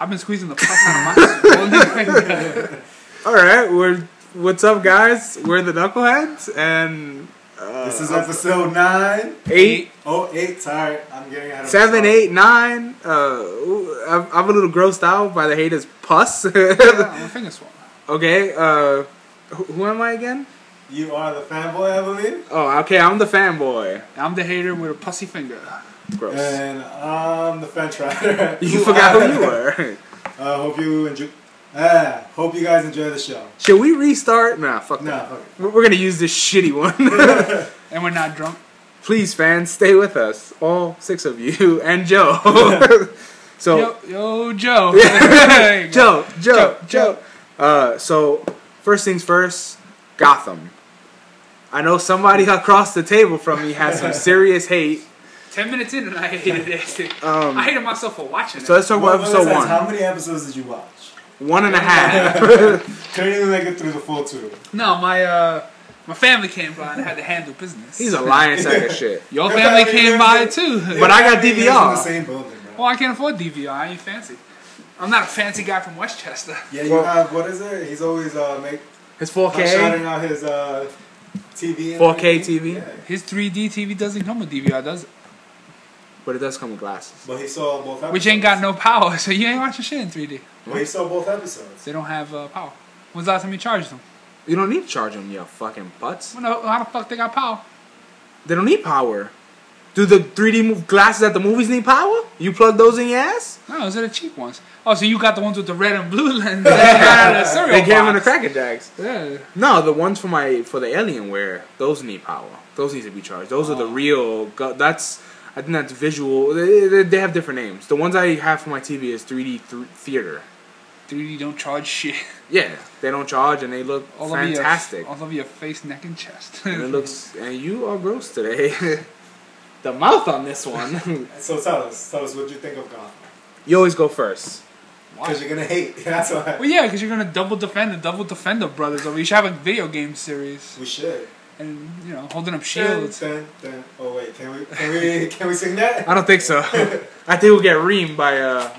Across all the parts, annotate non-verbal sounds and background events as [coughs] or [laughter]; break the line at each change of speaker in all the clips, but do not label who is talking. I've been squeezing the fuck out of my [laughs]
[laughs] All right, we're what's up, guys? We're the Knuckleheads, and uh,
This is episode nine.
eight,
Oh, eight. Sorry, I'm getting out of
seven, eight, nine. Uh, ooh, I'm, I'm a little grossed out by the haters' pus. [laughs] okay,
Yeah, my finger swollen.
uh, who, who am I again?
You are the fanboy, I believe.
Oh, okay, I'm the fanboy.
I'm the hater with a pussy finger.
Gross.
And I'm the fence rider.
[laughs] you forgot who you were. [laughs]
Uh, hope you enjoy. Ah, hope you guys enjoy the show.
Should we restart? Nah, fuck
Nah,
that.
fuck it.
We're we're gonna use this shitty one. [laughs]
And we're not drunk.
Please, fans, stay with us, all six of you, and Joe. [laughs] so.
Yo, yo
[laughs]
Joe. [laughs] There you go.
Joe, Joe,
Joe,
Joe. Uh, so first things first, Gotham. I know somebody [laughs] across the table from me has some serious hate.
Ten minutes in and I hated it.
[laughs] Um,
I hated myself for watching it.
So let's talk
Well,
about
well,
episode
besides,
one,
How many episodes did you watch?
one and a half. [laughs]
Couldn't even make it through the full two.
no, my uh, my family came by and I had to handle business.
He's a lying sack of shit.
Your family came by too. [laughs]
But I got
They live
DVR.
In the same building, bro.
well, I can't afford DVR. I ain't fancy. I'm not a fancy guy from Westchester.
Yeah, you
Well-
have what is it? He's always uh, make
It's 4K.
shouting out his uh, TV. and
4K
everything.
TV?
Yeah.
His 3D TV doesn't come with DVR, does it?
But it does come with glasses.
But he saw both. Episodes.
Which ain't got no power, [laughs] so you ain't watching shit in 3D.
But he saw both episodes.
They don't have uh, power. When's the last time you charged them?
You don't need to charge them, you fucking putz.
Well, no, how the fuck they got power?
They don't need power. Do the 3D mo- glasses at the movies need power? You plug those in your ass?
No, those are the cheap ones. Oh, so you got the ones with the red and blue [laughs] lens that you got out of the cereal
They gave them the
box.
Cracker Jacks.
Yeah.
No, the ones for my for the Alienware, those need power. Those need to be charged. Those are the real. Go- that's I think that's visual. They, they, they have different names. The ones I have for my TV is 3D th- theater.
3D don't charge shit. [laughs]
Yeah, they don't charge and they look
All Over
fantastic.
your, all over your face, neck, and chest. [laughs]
And it looks and uh, you are gross today. [laughs] the mouth on this one. [laughs]
So tell us, tell us what you think of Gotham.
you always go first.
Why?
Because you're gonna hate. [laughs] That's why
Well, yeah, because you're gonna double defend the double defender brothers. Over. You should have a video game series,
we should.
and you know, holding up shields.
Dun, dun, dun. Oh wait, can we can we [laughs] can we sing that?
I don't think [laughs] so. I think we'll get reamed by uh, [laughs]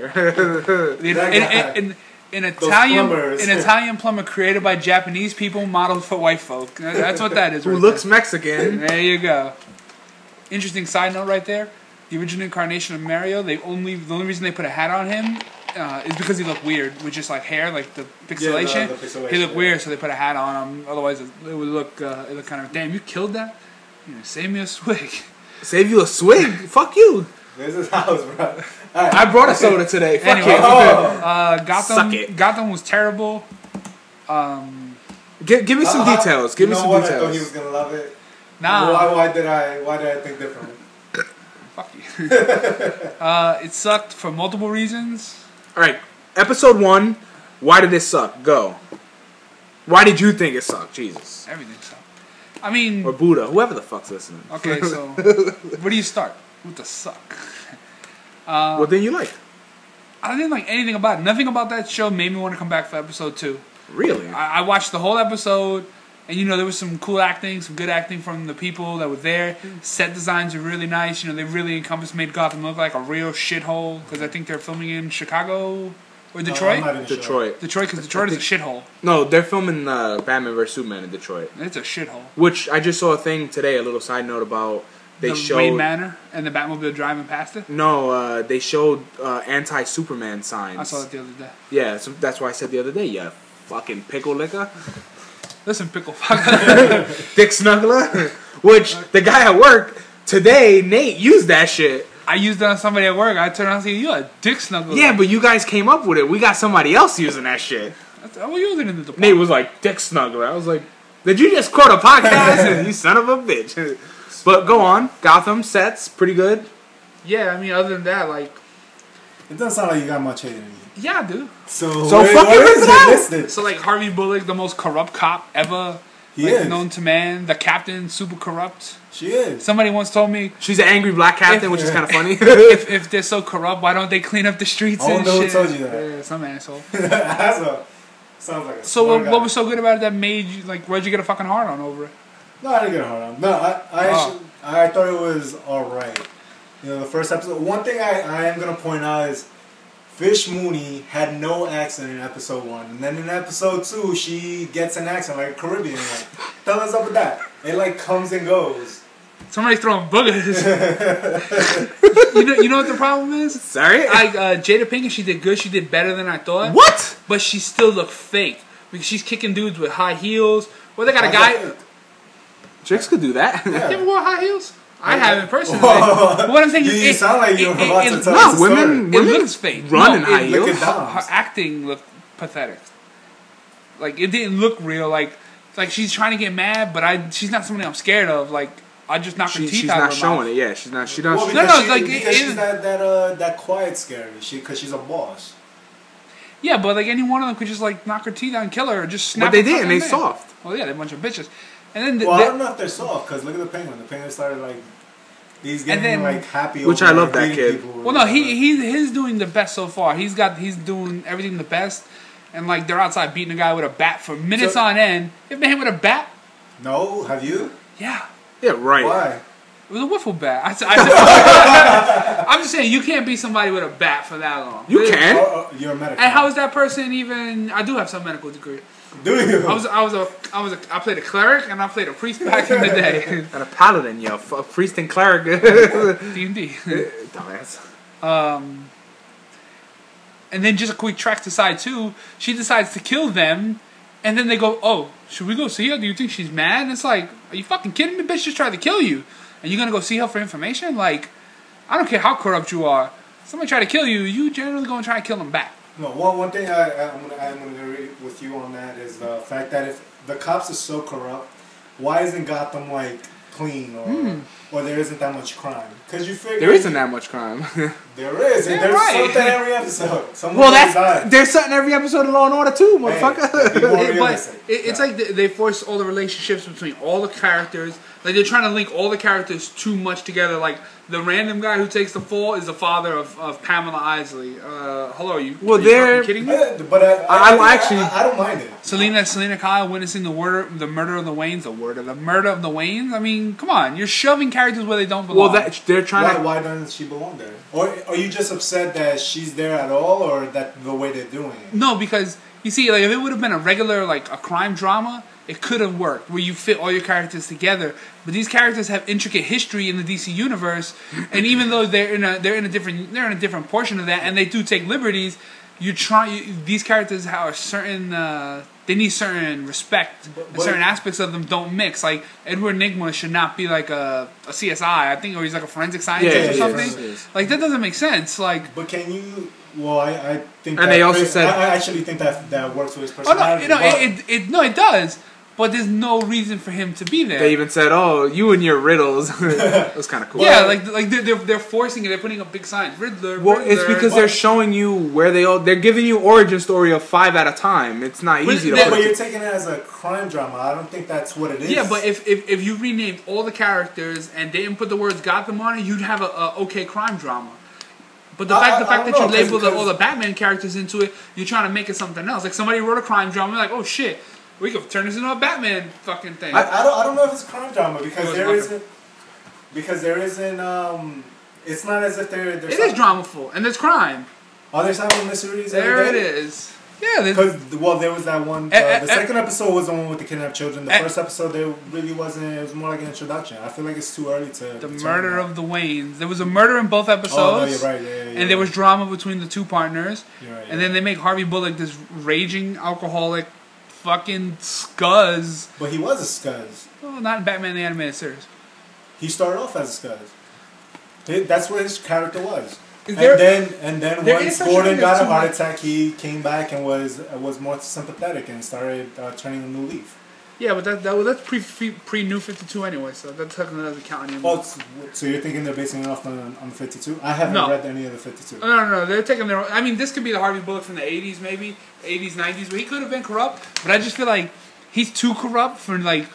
Mar.
In, in,
That guy.
in, in, an Italian,
plumbers.
an Italian plumber created by Japanese people, modeled for white folk. That's what that is.
who
right
looks
there.
Mexican.
There you go. Interesting side note right there. The original incarnation of Mario, they only the only reason they put a hat on him uh, is because he looked weird with just like hair, like the pixelation.
the pixelation,
he looked
yeah.
weird, so they put a hat on him. Otherwise, it, it would look uh, it looked kind of damn. You killed that. You know, save me a swig.
Save you a swig. [laughs] Fuck you.
This is house, bro.
I brought a soda today. [laughs] Fuck
Anyway,
you.
Oh.
uh, Gotham,
Suck it.
Gotham was terrible. Um,
Give, give me some
Uh,
details.
you
Give me
know
some
what? I thought he was
details.
gonna love it.
nah,
Why, why did I? Why did I think differently?
fuck you. [laughs] uh, it sucked for multiple reasons.
All right, episode one. Why did this suck? Go. Why did you think it sucked, Jesus
Everything sucked. I mean,
or Buddha, whoever the fuck's listening?
okay,
[laughs]
so where do you start? What the suck? Uh,
what did you like?
I didn't like anything about it. Nothing about that show made me want to come back for episode two.
Really?
I, I watched the whole episode, and you know there was some cool acting, some good acting from the people that were there. Set designs were really nice. You know they really encompassed, made Gotham look like a real shithole because I think they're filming in Chicago or Detroit.
No, I'm not even sure.
Detroit.
Detroit, because Detroit is a shithole.
No, they're filming uh, Batman vs Superman in Detroit,
It's a shithole.
which I just saw a thing today. A little side note about they
the
showed.
Wayne Manor and the Batmobile driving past it.
no, uh, they showed uh, anti-Superman signs.
I saw it the other day.
Yeah, so that's why I said the other day. Yeah, fucking pickle liquor.
Listen, pickle fucker.
[laughs] Dick Snuggler, [laughs] which the guy at work today, Nate, used that shit.
I used it on somebody at work. I turned around and said, "You're a dick snuggler."
Yeah, but you guys came up with it. We got somebody else using that shit.
I said, "Oh, you using it in the department."
Nate was like, Dick Snuggler. I was like, did you just quote a podcast? [laughs] you son of a bitch. But go on. Gotham sets, pretty good.
Yeah, I mean, other than that, like,
It doesn't sound like you got much hate in you.
yeah, dude.
So,
So fucking
what
rip
is
it out.
Listed?
So like Harvey Bullock, the most corrupt cop ever,
He
like,
is.
known to man. The captain, super corrupt.
She is. [laughs]
Somebody once told me,
She's an angry black captain, which is kind of
[laughs]
funny.
if, if they're so corrupt, why don't they clean up the streets
I
and
wonder who
shit?
told you that.
Yeah, some
[laughs]
asshole.
That's a, sounds like a.
So
smart
what,
guy.
what was so good about it that made you like? Why'd you get a fucking hard on over it?
No, I didn't get a hard on. No, I I,
Oh.
actually, I thought it was all right. You know, the first episode. One thing I, I am gonna point out is Fish Mooney had no accent in episode one, and then in episode two she gets an accent like Caribbean. Like, tell us up with that. It like comes and goes.
Somebody's throwing
[laughs]
boogers. you know, you know what the problem is?
Sorry.
I uh, Jada Pinkett, she did good. She did better than I thought.
what?
But she still looked fake because she's kicking dudes with high heels. Well, they got a guy.
Chicks could do that.
You ever wore high heels? I
Yeah.
haven't
[laughs]
personally.
Whoa.
But what I'm saying
You-
is,
you sound like you were about to tell
looks-
us
No, women,
It
women
looks fake.
Run in
No,
high
it-
look
heels.
at that.
her acting looked pathetic. Like it didn't look real. Like like she's trying to get mad, but I she's not somebody I'm scared of. Like I just knocked
[laughs] She,
her teeth
she's
out.
not
of her mouth.
showing it. Yeah, she's not. She
Well,
doesn't.
because
No, no,
she,
like, it-
because she's
it-
that that uh, that quiet scary. She because she's a boss.
Yeah, but like any one of them could just like knock her teeth out and kill her, or just snap.
But they
her
did, and
fucking
they
neck.
soft.
Well, yeah, they're a bunch of bitches. And then the,
Well, I don't
the,
know if they're soft because look at the penguin. The penguin started like he's
And
getting
then-
like happy.
Which
over
I love that
beating
kid.
people
well, no, he he he's doing the best so far. He's got he's doing everything the best, and like they're outside beating a guy with a bat for minutes
So-
on end. You've been hit with a bat,
No, have you?
yeah.
Yeah, right.
Why?
It was a wiffle bat. I, said- I said- [laughs] I'm just saying you can't beat somebody with a bat for that long.
You
Oh,
can.
oh, you're a medic.
and how is that person even? I do have some medical degree.
Do you?
I was I was a I was a I played a cleric and I played a priest back in the day. [laughs]
And a paladin, yo, f- a priest and cleric. [laughs] Dumbass.
D and D. Um, and then just a quick track to side two. She decides to kill them, and then they go, "Oh, should we go see her? Do you think she's mad?" And it's like, "Are you fucking kidding me? Bitch just tried to kill you, and you're gonna go see her for information? Like, I don't care how corrupt you are. Somebody try to kill you, you generally gonna try and kill them back."
No, one one thing I, I- I'm gonna I'm gonna agree with you on that is the fact that if the cops are so corrupt, why isn't Gotham like clean or
Hmm.
or there isn't that much crime? Because you figure
There isn't that much crime.
There is.
Yeah,
and there's
right.
something every episode.
[laughs]
Someone
well,
died.
that's there's something every episode of Law and Order too,
Hey,
motherfucker.
be more
[laughs] It- but
realistic.
it, it's
Yeah.
like they, they force all the relationships between all the characters. Like they're trying to link all the characters too much together. Like the random guy who takes the fall is the father of, of Pamela Isley. Uh, hello, you.
Well,
are you
they're-
fucking kidding me?
Yeah, Uh, But I,
I- I'm
I-
actually-
I, I don't mind it.
Selena, Selena Kyle witnessing the murder, the murder of the Waynes, the word of the murder of the Waynes. I mean, come on, you're shoving characters where they don't belong.
well, that they're trying
Why,
to.
why doesn't she belong there? Or are you just upset that she's there at all, or that the way they're doing it?
No, because you see, like if it would have been a regular like a crime drama, it could have worked where you fit all your characters together. But these characters have intricate history in the DC universe, and even though they're in a they're in a different they're in a different portion of that, and they do take liberties. You try you, these characters have a certain uh, they need certain respect.
But-
and
but-
certain aspects of them don't mix. Like Edward Nigma should not be like a, a CSI, I think, or he's like a forensic scientist
Yeah,
or
he is,
something.
he is.
Like that doesn't make sense. Like
But can you? Well, I, I think.
And
that
they also
fits-
said-
I, I actually think that that works with his
Oh no,
personality.
you know,
but-
it, it, it no, it does, but there's no reason for him to be there.
They even said, "Oh, you and your riddles." [laughs] it was kind of cool.
yeah, like like they're, they're they're forcing it. They're putting up big signs. Riddler.
Well,
Riddler.
it's because they're showing you where they all. They're giving you origin story of five at a time. It's not
But
easy to.
they-
put
but
it-
you're taking it as a crime drama. I don't think that's what it is.
yeah, but if, if if you renamed all the characters and didn't put the words Gotham on it, you'd have a, a okay crime drama. But the
I-
fact
I-
the
I
fact
don't
that you
know, 'cause-
label the, all the
because-
Batman characters into it, you're trying to make it something else. Like somebody wrote a crime drama, like oh shit, we could turn this into a Batman fucking thing.
I, I don't, I don't know if it's a crime drama because
It was
there
like a-
isn't because there isn't um it's not as if there there's
it is dramaful and there's crime.
are there silent mysteries
There it is. Yeah, there's,
because well there was that one
Eh,
uh,
eh,
the
eh.
second episode was the one with the kidnapped children the
Eh.
first episode there really wasn't it was more like an introduction I feel like it's too early to
the
determine
murder
that.
of the Waynes. There was a murder in both episodes.
oh no, you're right yeah, yeah, yeah.
And there was drama between the two partners.
You're right,
And
yeah.
then they make Harvey Bullock this raging alcoholic fucking scuzz.
but he was a scuzz
Well, not in Batman the Animated Series.
he started off as a scuzz He- that's what his character was.
Is there-
and then, and then
there is
once
such a thing
Gordon
as
got a
too
heart
much-
attack, he came back and was was more sympathetic and started uh, turning a new leaf.
Yeah, but that, that well, that's pre, pre pre New 52 anyway, so that technically doesn't count anymore.
Oh, s- so you're thinking they're basing it off on, on 52? I haven't
No.
read any of the 52.
No, no, no. They're taking their. own- I mean, this could be the Harvey Bullock from the '80s, maybe '80s, '90s, where he could have been corrupt. But I just feel like he's too corrupt for like,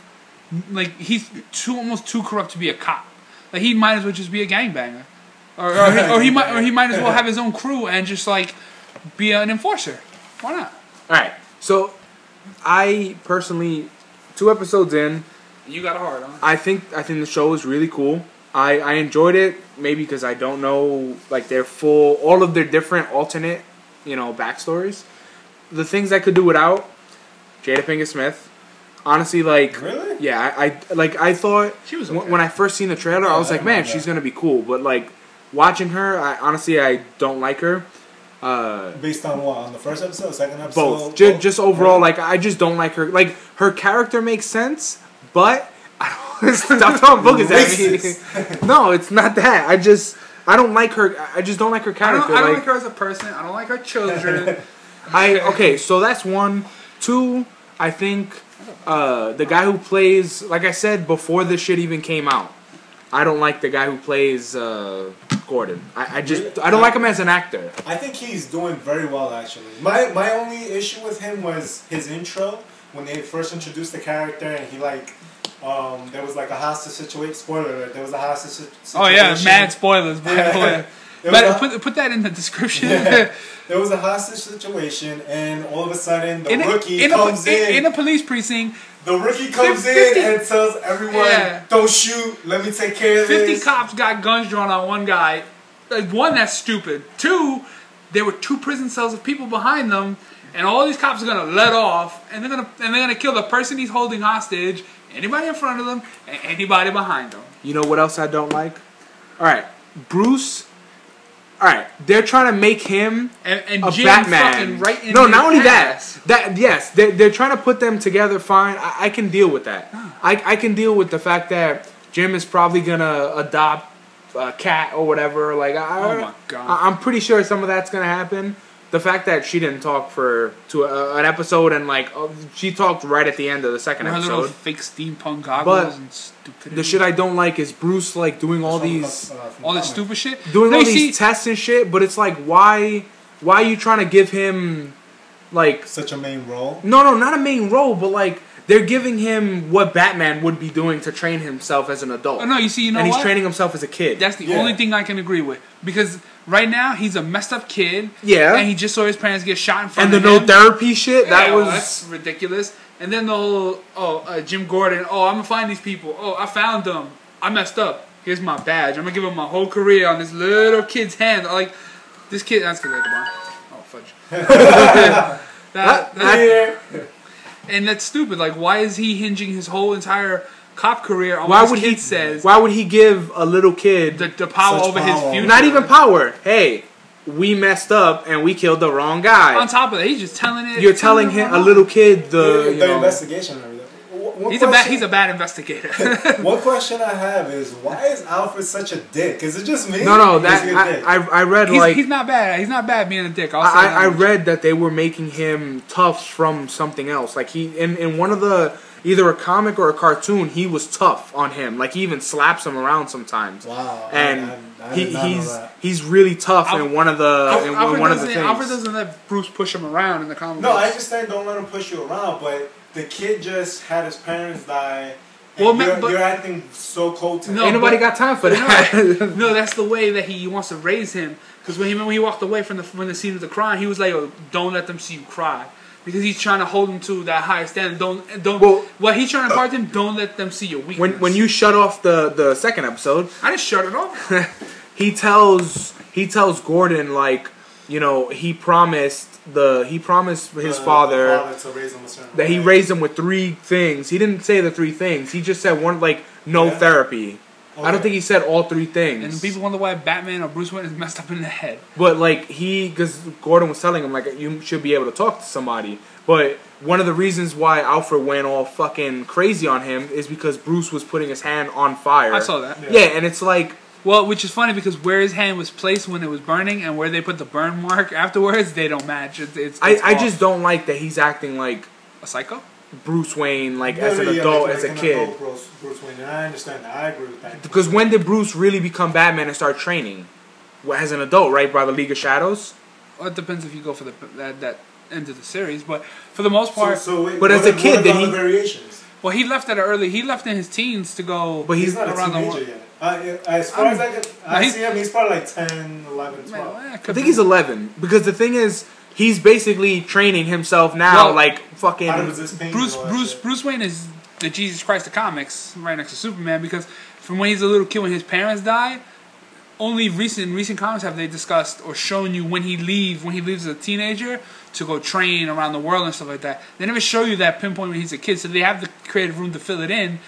m- like he's too almost too corrupt to be a cop. Like he might as well just be a gangbanger, or or he, or he might or he might as well have his own crew and just like be an enforcer. Why not?
All right. So, I personally, two episodes in,
You got a hard on.
I think I think the show was really cool. I, I enjoyed it maybe because I don't know like their full all of their different alternate you know backstories. The things I could do without Jada Pinkett Smith, honestly, like
Really?
yeah, I, I like I thought
She was
when-
okay.
when I first seen the trailer, I
Yeah,
was
I
like, man,
remember
she's
that.
gonna be cool. But like watching her, I honestly I don't like her. Uh,
Based on what? On the first episode, second episode?
both, Ju- just overall, like I just don't like her. Like her character makes sense, but I don't. [laughs] Stop throwing boogers at me. no, it's not that. I just I don't like her. I- I just don't like her
I don't,
character.
I don't
like-
like her as a person. I don't like her
[laughs]
children.
I okay, so that's one. Two, I think uh, the guy who plays, like I said before this shit even came out, I don't like the guy who plays uh, Gordon. I, I just I don't like him as an actor.
I think he's doing very well actually. My my only issue with him was his intro when they first introduced the character and he like um, there was like a hostage situation. Spoiler alert, there was a hostage si- situation.
oh yeah, mad spoilers.
Yeah.
Bad
[laughs]
spoiler.
There
But
was a-
put put that in the description.
[laughs] Yeah. There was a hostage situation, and all of a sudden the
[laughs] In a,
rookie
in, a,
comes
in- in
in.
a police precinct,
the rookie comes in
50
and tells everyone,
Yeah.
"Don't shoot. Let me take care of
50
this."
cops got guns drawn on one guy. Like, one, that's stupid. Two, there were two prison cells of people behind them, and all these cops are gonna let off, and they're gonna and they're gonna kill the person he's holding hostage, anybody in front of them, and anybody behind them.
You know what else I don't like? All right, Bruce. All right, they're trying to make him
And, and
a
Jim
Batman.
fucking right in
no,
their
not only
ass.
that. That yes, they're, they're trying to put them together. Fine, I, I can deal with that. I, I can deal with the fact that Jim is probably gonna adopt a cat or whatever. Like I,
Oh my God.
I, am pretty sure some of that's gonna happen. The fact that she didn't talk for to a, an episode and like uh, she talked right at the end of the second
Her little
episode.
fake steampunk goggles
But
and stupid.
The shit I don't like is Bruce like doing all these
Uh, from
all this
comics.
stupid shit.
doing
No,
all
you
these
see,
tests and shit. But it's like why why are you trying to give him like
Such a main role.
No, no, not a main role, but like they're giving him what Batman would be doing to train himself as an adult.
oh, no, you see, you know
and he's
what?
training himself as a kid.
That's the
Yeah.
only thing I can agree with because right now he's a messed up kid.
Yeah.
and he just saw his parents get shot in front
and the
of
no
him.
therapy shit.
Yeah,
that
well,
was
that's ridiculous. And then the whole oh uh, Jim Gordon oh I'm gonna find these people oh I found them I messed up here's my badge I'm gonna give him my whole career on this little kid's hand like this kid that's gonna come on oh
[laughs]
fudge [laughs] that,
That-
that-
Yeah.
and that's stupid like why is he hinging his whole entire cop career on
why
what
would
this kid
he
says
why would he give a little kid
the, the power
Such
over his
power.
future
not even power? Hey, we messed up and we killed the wrong guy.
on top of that he's just telling it
You're telling him a little kid the
the
you know,
investigation. and everything. One- one
he's a bad
[laughs]
question-
he's a bad investigator
One question I have is why is Alfred such a dick? Is it just me?
no no
Is
that
he a dick?
I, I I read
[laughs] he's,
like
he's not bad he's not bad being a dick I'll say
I,
that
I I
much.
read that they were making him tough from something else. Like he in, in one of the either a comic or a cartoon, he was tough on him. Like he even slaps him around sometimes.
wow.
And
I, I, I
he,
did not know
he's
that.
he's really tough in one of the in
Alfred,
one of
doesn't,
the things.
Alfred doesn't let Bruce push him around in the comic
No, I
books.
understand. Don't let him push you around, but the kid just had his parents die. And
Well, ma-
you're,
but-
you're acting so cold to
No,
Ain't
him.
nobody
but-
got time for
You know, [laughs]
that.
like, no, that's the way that he wants to raise him. Because when he when he walked away from the from the scene of the crime, he was like, "Oh, don't let them see you cry," because he's trying to hold him to that higher standard. Don't don't.
Well-
what he's trying to impart to him, don't let them see your weakness.
[laughs] when when you shut off the the second episode,
I just shut it
[laughs]
off.
he tells he tells Gordon like you know he promised the he promised his
The- the
father
uh, to raise him a certain
that he
way.
raised him with three things. He didn't say the three things. He just said one like no
Yeah.
therapy. I don't
Okay.
think he said all three things.
and people wonder why Batman or Bruce Wayne is messed up in the head.
but like he, because Gordon was telling him like you should be able to talk to somebody. But one of the reasons why Alfred went all fucking crazy on him is because Bruce was putting his hand on fire.
I saw that.
Yeah, and it's like
Well, which is funny because where his hand was placed when it was burning and where they put the burn mark [laughs] afterwards, they don't match. It's, it's,
I,
it's
I
off.
just don't like that he's acting like
a psycho.
Bruce Wayne like
Yeah,
as an
yeah, yeah,
adult
like-
as
like
a
an
kid.
adult Bruce, Bruce Wayne, and I understand that. I agree with that.
Because when did Bruce really become Batman and start training? Well, As an adult, right? By the League of Shadows.
Well, it depends if you go for the that, that end of the series, but for the most
So,
part,
so wait,
But
what
as a
are-
kid,
what are
did
the
he-
other variations?
well, he left at an early. He left in his teens to go.
But he's
He's not a
around the
teenager
world.
yet. I, I- as far
I'm-
as I can,
No,
I
he's-
see him. He's probably like 10, 11,
Man,
12.
well, yeah,
I
could
think
be.
he's 11 because the thing is he's basically training himself now
Well,
like fucking
Out of his pain
Bruce.
and all that
Bruce.
shit.
Bruce Wayne is the Jesus Christ of comics, right next to Superman, because from when he's a little kid, when his parents die, only recent in recent comics have they discussed or shown you when he leaves when he leaves as a teenager to go train around the world and stuff like that. They never show you that pinpoint when he's a kid, so they have the creative room to fill it in.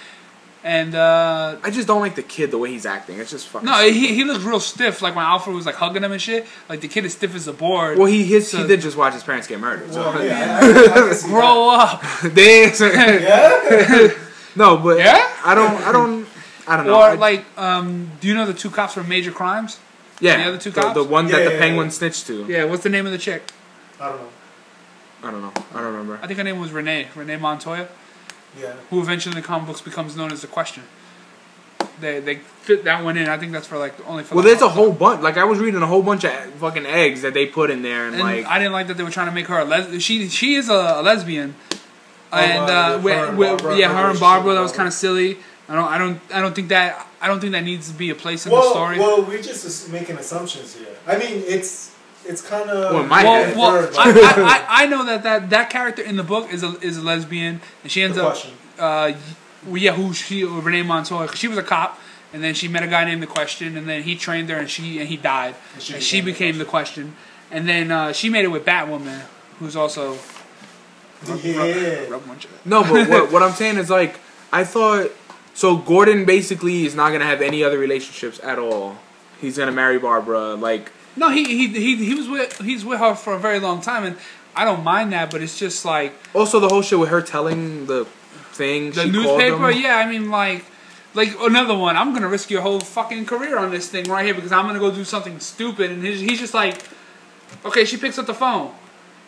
And uh,
I just don't like the kid the way he's acting. It's just fucking.
no, he he looks real stiff. Like when Alfred was like hugging him and shit. Like the kid is stiff as a board.
well, he his,
So-
he did just watch his parents get murdered. So.
Well, yeah, I, I, I can see
Grow up.
[laughs] They-
[laughs]
no, but
Yeah?
I don't. I don't. I don't know. I-
Or like, um, do you know the two cops from Major Crimes?
yeah,
the other two
the,
cops?
the one
Yeah,
that
yeah,
the
yeah,
penguin
yeah.
snitched to.
Yeah. What's the name of the chick?
that. I don't know.
I don't know. I don't remember.
I think her name was Renee. Renee Montoya.
Yeah.
who eventually in the comic books becomes known as the Question. They they fit that one in. I think that's for like only for.
Well,
the
there's a whole bunch. Like I was reading a whole bunch of fucking eggs that they put in there, and,
And
like
I didn't like that they were trying to make her a lesbian. She she is a, a lesbian,
Oh,
and
uh,
uh,
with
with,
her and
with-
Barbara,
yeah,
her
her and
relationship
Barbara
with
that was
Barbara.
kind of silly. I don't I don't I don't think that I don't think that needs to be a place in the
Well,
story.
well, we're just ass- making assumptions here. I mean, it's it's kind of
Well, in my
well,
head.
well, I, I, I, I know that, that that character in the book is a is a lesbian, and she ends
The
up,
Question.
uh, well, yeah, who she Renee Montoya? 'cause she was a cop, and then she met a guy named the Question, and then he trained her, and she and he died,
And she
and she became
became
the Question, and then uh, she made it with Batwoman, who's also
[laughs] yeah.
rub one check.
no.
[laughs]
But what, what I'm saying is like I thought. So Gordon basically is not gonna have any other relationships at all. He's gonna marry Barbara. Like
No, he, he he he was with he's with her for a very long time, and I don't mind that, but it's just like
also the whole shit with her telling the thing
the
she
newspaper.
called him.
Yeah, I mean, like, like another one. I'm gonna risk your whole fucking career on this thing right here because I'm gonna go do something stupid. And he's, he's just like, okay, she picks up the phone.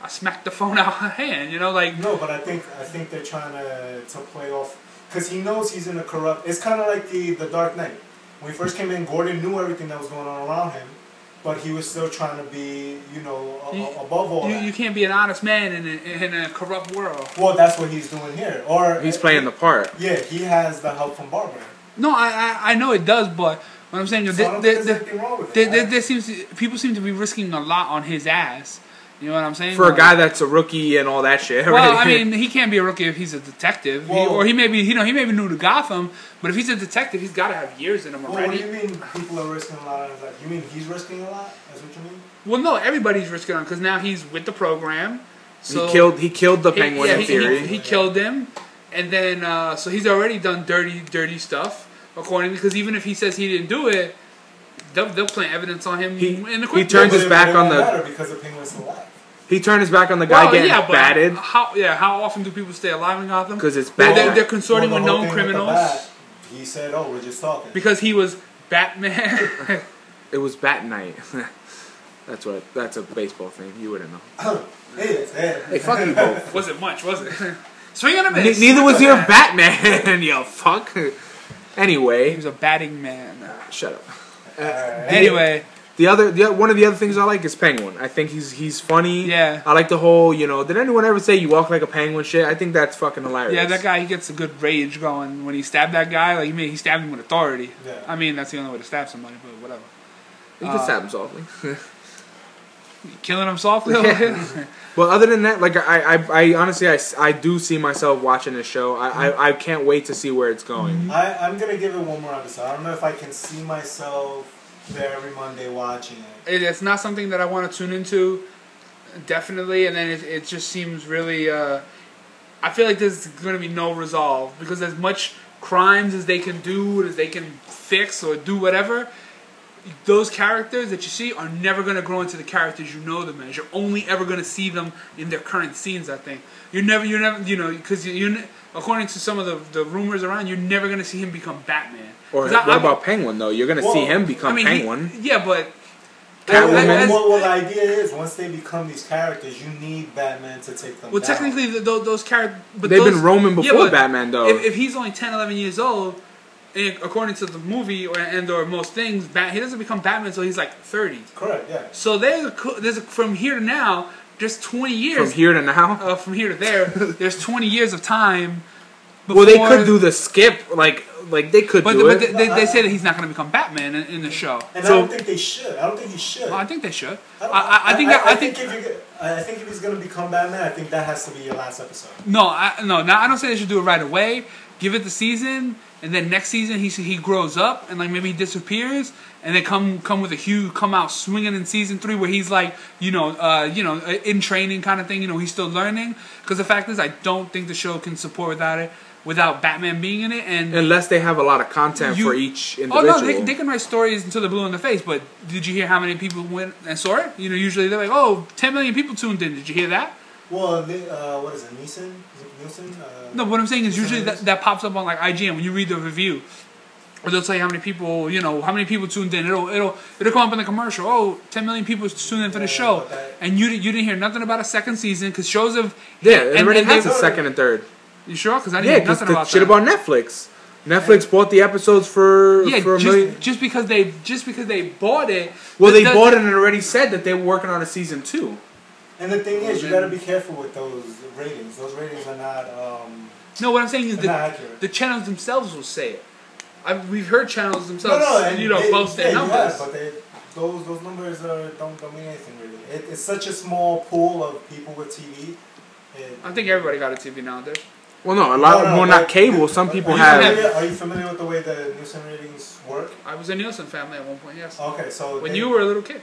I smack the phone [laughs] out of her hand. You know, like,
No, but I think I think they're trying to to play off because he knows he's in a corrupt. It's kind of like the the Dark Knight. When he first came in, Gordon knew everything that was going on around him, but he was still trying to be, you know, a,
You-
a- above all
you,
that.
you can't be an honest man in a, in a corrupt world.
well, that's what he's doing here. Or
He's playing the part.
Yeah, he has the help from Barbara.
No, I I, I know it does, but what I'm saying is,
So I
there, there,
don't think there's
there,
anything wrong with
there,
it.
there seems to, people seem to be risking a lot on his ass. You know what I'm saying?
for a
Like-
guy that's a rookie and all that shit. [laughs]
Well,
right?
I mean, he can't be a rookie if he's a detective, He-
Well-
or he may be, you know, he may be new to Gotham. But if he's a detective, he's got to have years in him
Well, what
already.
do you
Well,
mean people are risking a lot on his life? You mean he's risking a lot? That's what you mean?
no, everybody's risking on because now he's with the program. So
he killed he killed the
he-
penguin
yeah,
in
he- he-
theory.
He, killed him, and then uh, so he's already done dirty, dirty stuff. According, because even if he says he didn't do it, they'll, they'll plant evidence on him.
He-
in
he
the quick
turns his
But it-
back
it
on
won't
the-
matter because the penguin's alive.
He turned his back on the guy getting batted
How yeah? How often do people stay alive in Gotham?
because it's
They're-
bad.
they're, they're consorting
Well,
with
the whole
known
thing the
criminals
bat, he said, "Oh, we're just talking." [coughs]
because he was Batman. [laughs]
It was Bat Night. [laughs] that's what. That's a baseball thing. You wouldn't know.
Hey, it's- hey.
Hey, fuck you both.
wasn't much, was it? [laughs] Swing and a
Ne-
miss.
neither was your Batman, [laughs] you fuck.
He
Anyway,
was a batting man.
shut up.
Alright.
Anyway,
The other, the, one of the other things I like is Penguin. I think he's he's funny.
Yeah.
I like the whole, you know. Did anyone ever say you walk like a penguin? Shit, I think that's fucking hilarious.
yeah, that guy he gets a good rage going when he stabbed that guy. Like he made, he stabbed him with authority.
Yeah.
I mean that's the only way to stab somebody, but whatever.
He could
uh,
stab him softly.
Killing him softly.
[laughs] But other than that, like I, I, I honestly, I, s- I do see myself watching this show. I, I, I can't wait to see where it's going.
I, I'm gonna give it one more episode. I don't know if I can see myself there every Monday watching it.
it, it's not something that I want to tune into, definitely. And then it, it just seems really. Uh, I feel like there's going to be no resolve because as much crimes as they can do, and as they can fix or do whatever, those characters that you see are never going to grow into the characters you know them as. You're only ever going to see them in their current scenes. I think you're never, you're never, you know, because you, you're. ne- According to some of the, the rumors around, you're never going to see him become Batman.
Or
Mm-hmm. 'Cause
what
I- I-
about Penguin though? You're gonna see
Well,
him
I
become
mean, he-
Penguin.
yeah, but
Well,
Catwoman.
That-
well, well, the idea is once they become these characters, you need Batman to take them.
Well,
down.
technically, th th- those characters.
They've been roaming before Batman, though.
If, if he's only 10, 11 years old, and according to the movie or and or most things, Bat, he doesn't become Batman until he's like 30.
correct. Yeah.
So there's a, co- there's a, from here to now, just 20 years.
From here to now.
uh, from here to
[laughs]
there, there's 20 years of time.
well, they
before-
could do the skip. Like, like they could
But,
do
but
it.
they, they, they say that he's not going to become Batman in, in the show.
And I
So-
don't think they should. I don't think he should.
Well, I think they should. I,
don't-
I, I think that, I, think
if you, I think if he's gonna become Batman, I think that has to be your last episode.
No, I, no, no. I don't say they should do it right away. Give it the season, and and then next season he he grows up and like maybe he disappears and then come come with a huge come out swinging in season three where he's like you know uh, you know in training kind of thing you know he's still learning because the fact is I don't think the show can support without it without Batman being in it and
Unless they have a lot of content
You-
for each
Oh
individual.
no, they, they can write stories until they're blue in the face. But did you hear how many people went and saw it? You know, usually they're like, "Oh, 10 million people tuned in." Did you hear that?
Well, they, uh, what is it, Neeson? Is it Nielsen? Uh,
No, what I'm saying is usually that, that pops up on like IGN when you read the review, or they'll tell you how many people, you know, how many people tuned in. It'll it'll it'll come up in the commercial. Oh, 10 million people tuned in for the
Yeah,
show,
but that-
and you di- you didn't hear nothing about a second season because shows have
yeah, it
and-
already
and
has
they-
a second and third.
you sure? Because I didn't
Yeah,
hear
because
nothing
the
about
shit
that.
about Netflix. Netflix bought the episodes for
yeah,
for a
just,
million.
just because they just because they bought it.
Well,
that
they
doesn't-
bought it and already said that they were working on a season two.
And the thing is, you gotta be careful with those ratings. Those ratings are not. Um,
No, what I'm saying is
They're not
the,
accurate.
the channels themselves will say it. I, we've heard channels
no,
themselves,
no, and
you know,
they-
boast
yeah,
their
you
numbers.
have, but they, those those numbers are don't don't mean anything really. It, it's such a small pool of people with TV. It,
I think everybody got a TV nowadays.
Well, no, a lot.
No, no,
well,
but-
not cable. Some
Are-
people
are you
have.
familiar- are you familiar with the way the Nielsen ratings work?
I was a Nielsen family at one point, yes.
Oh,
Okay, so
When
they-
you were a little kid.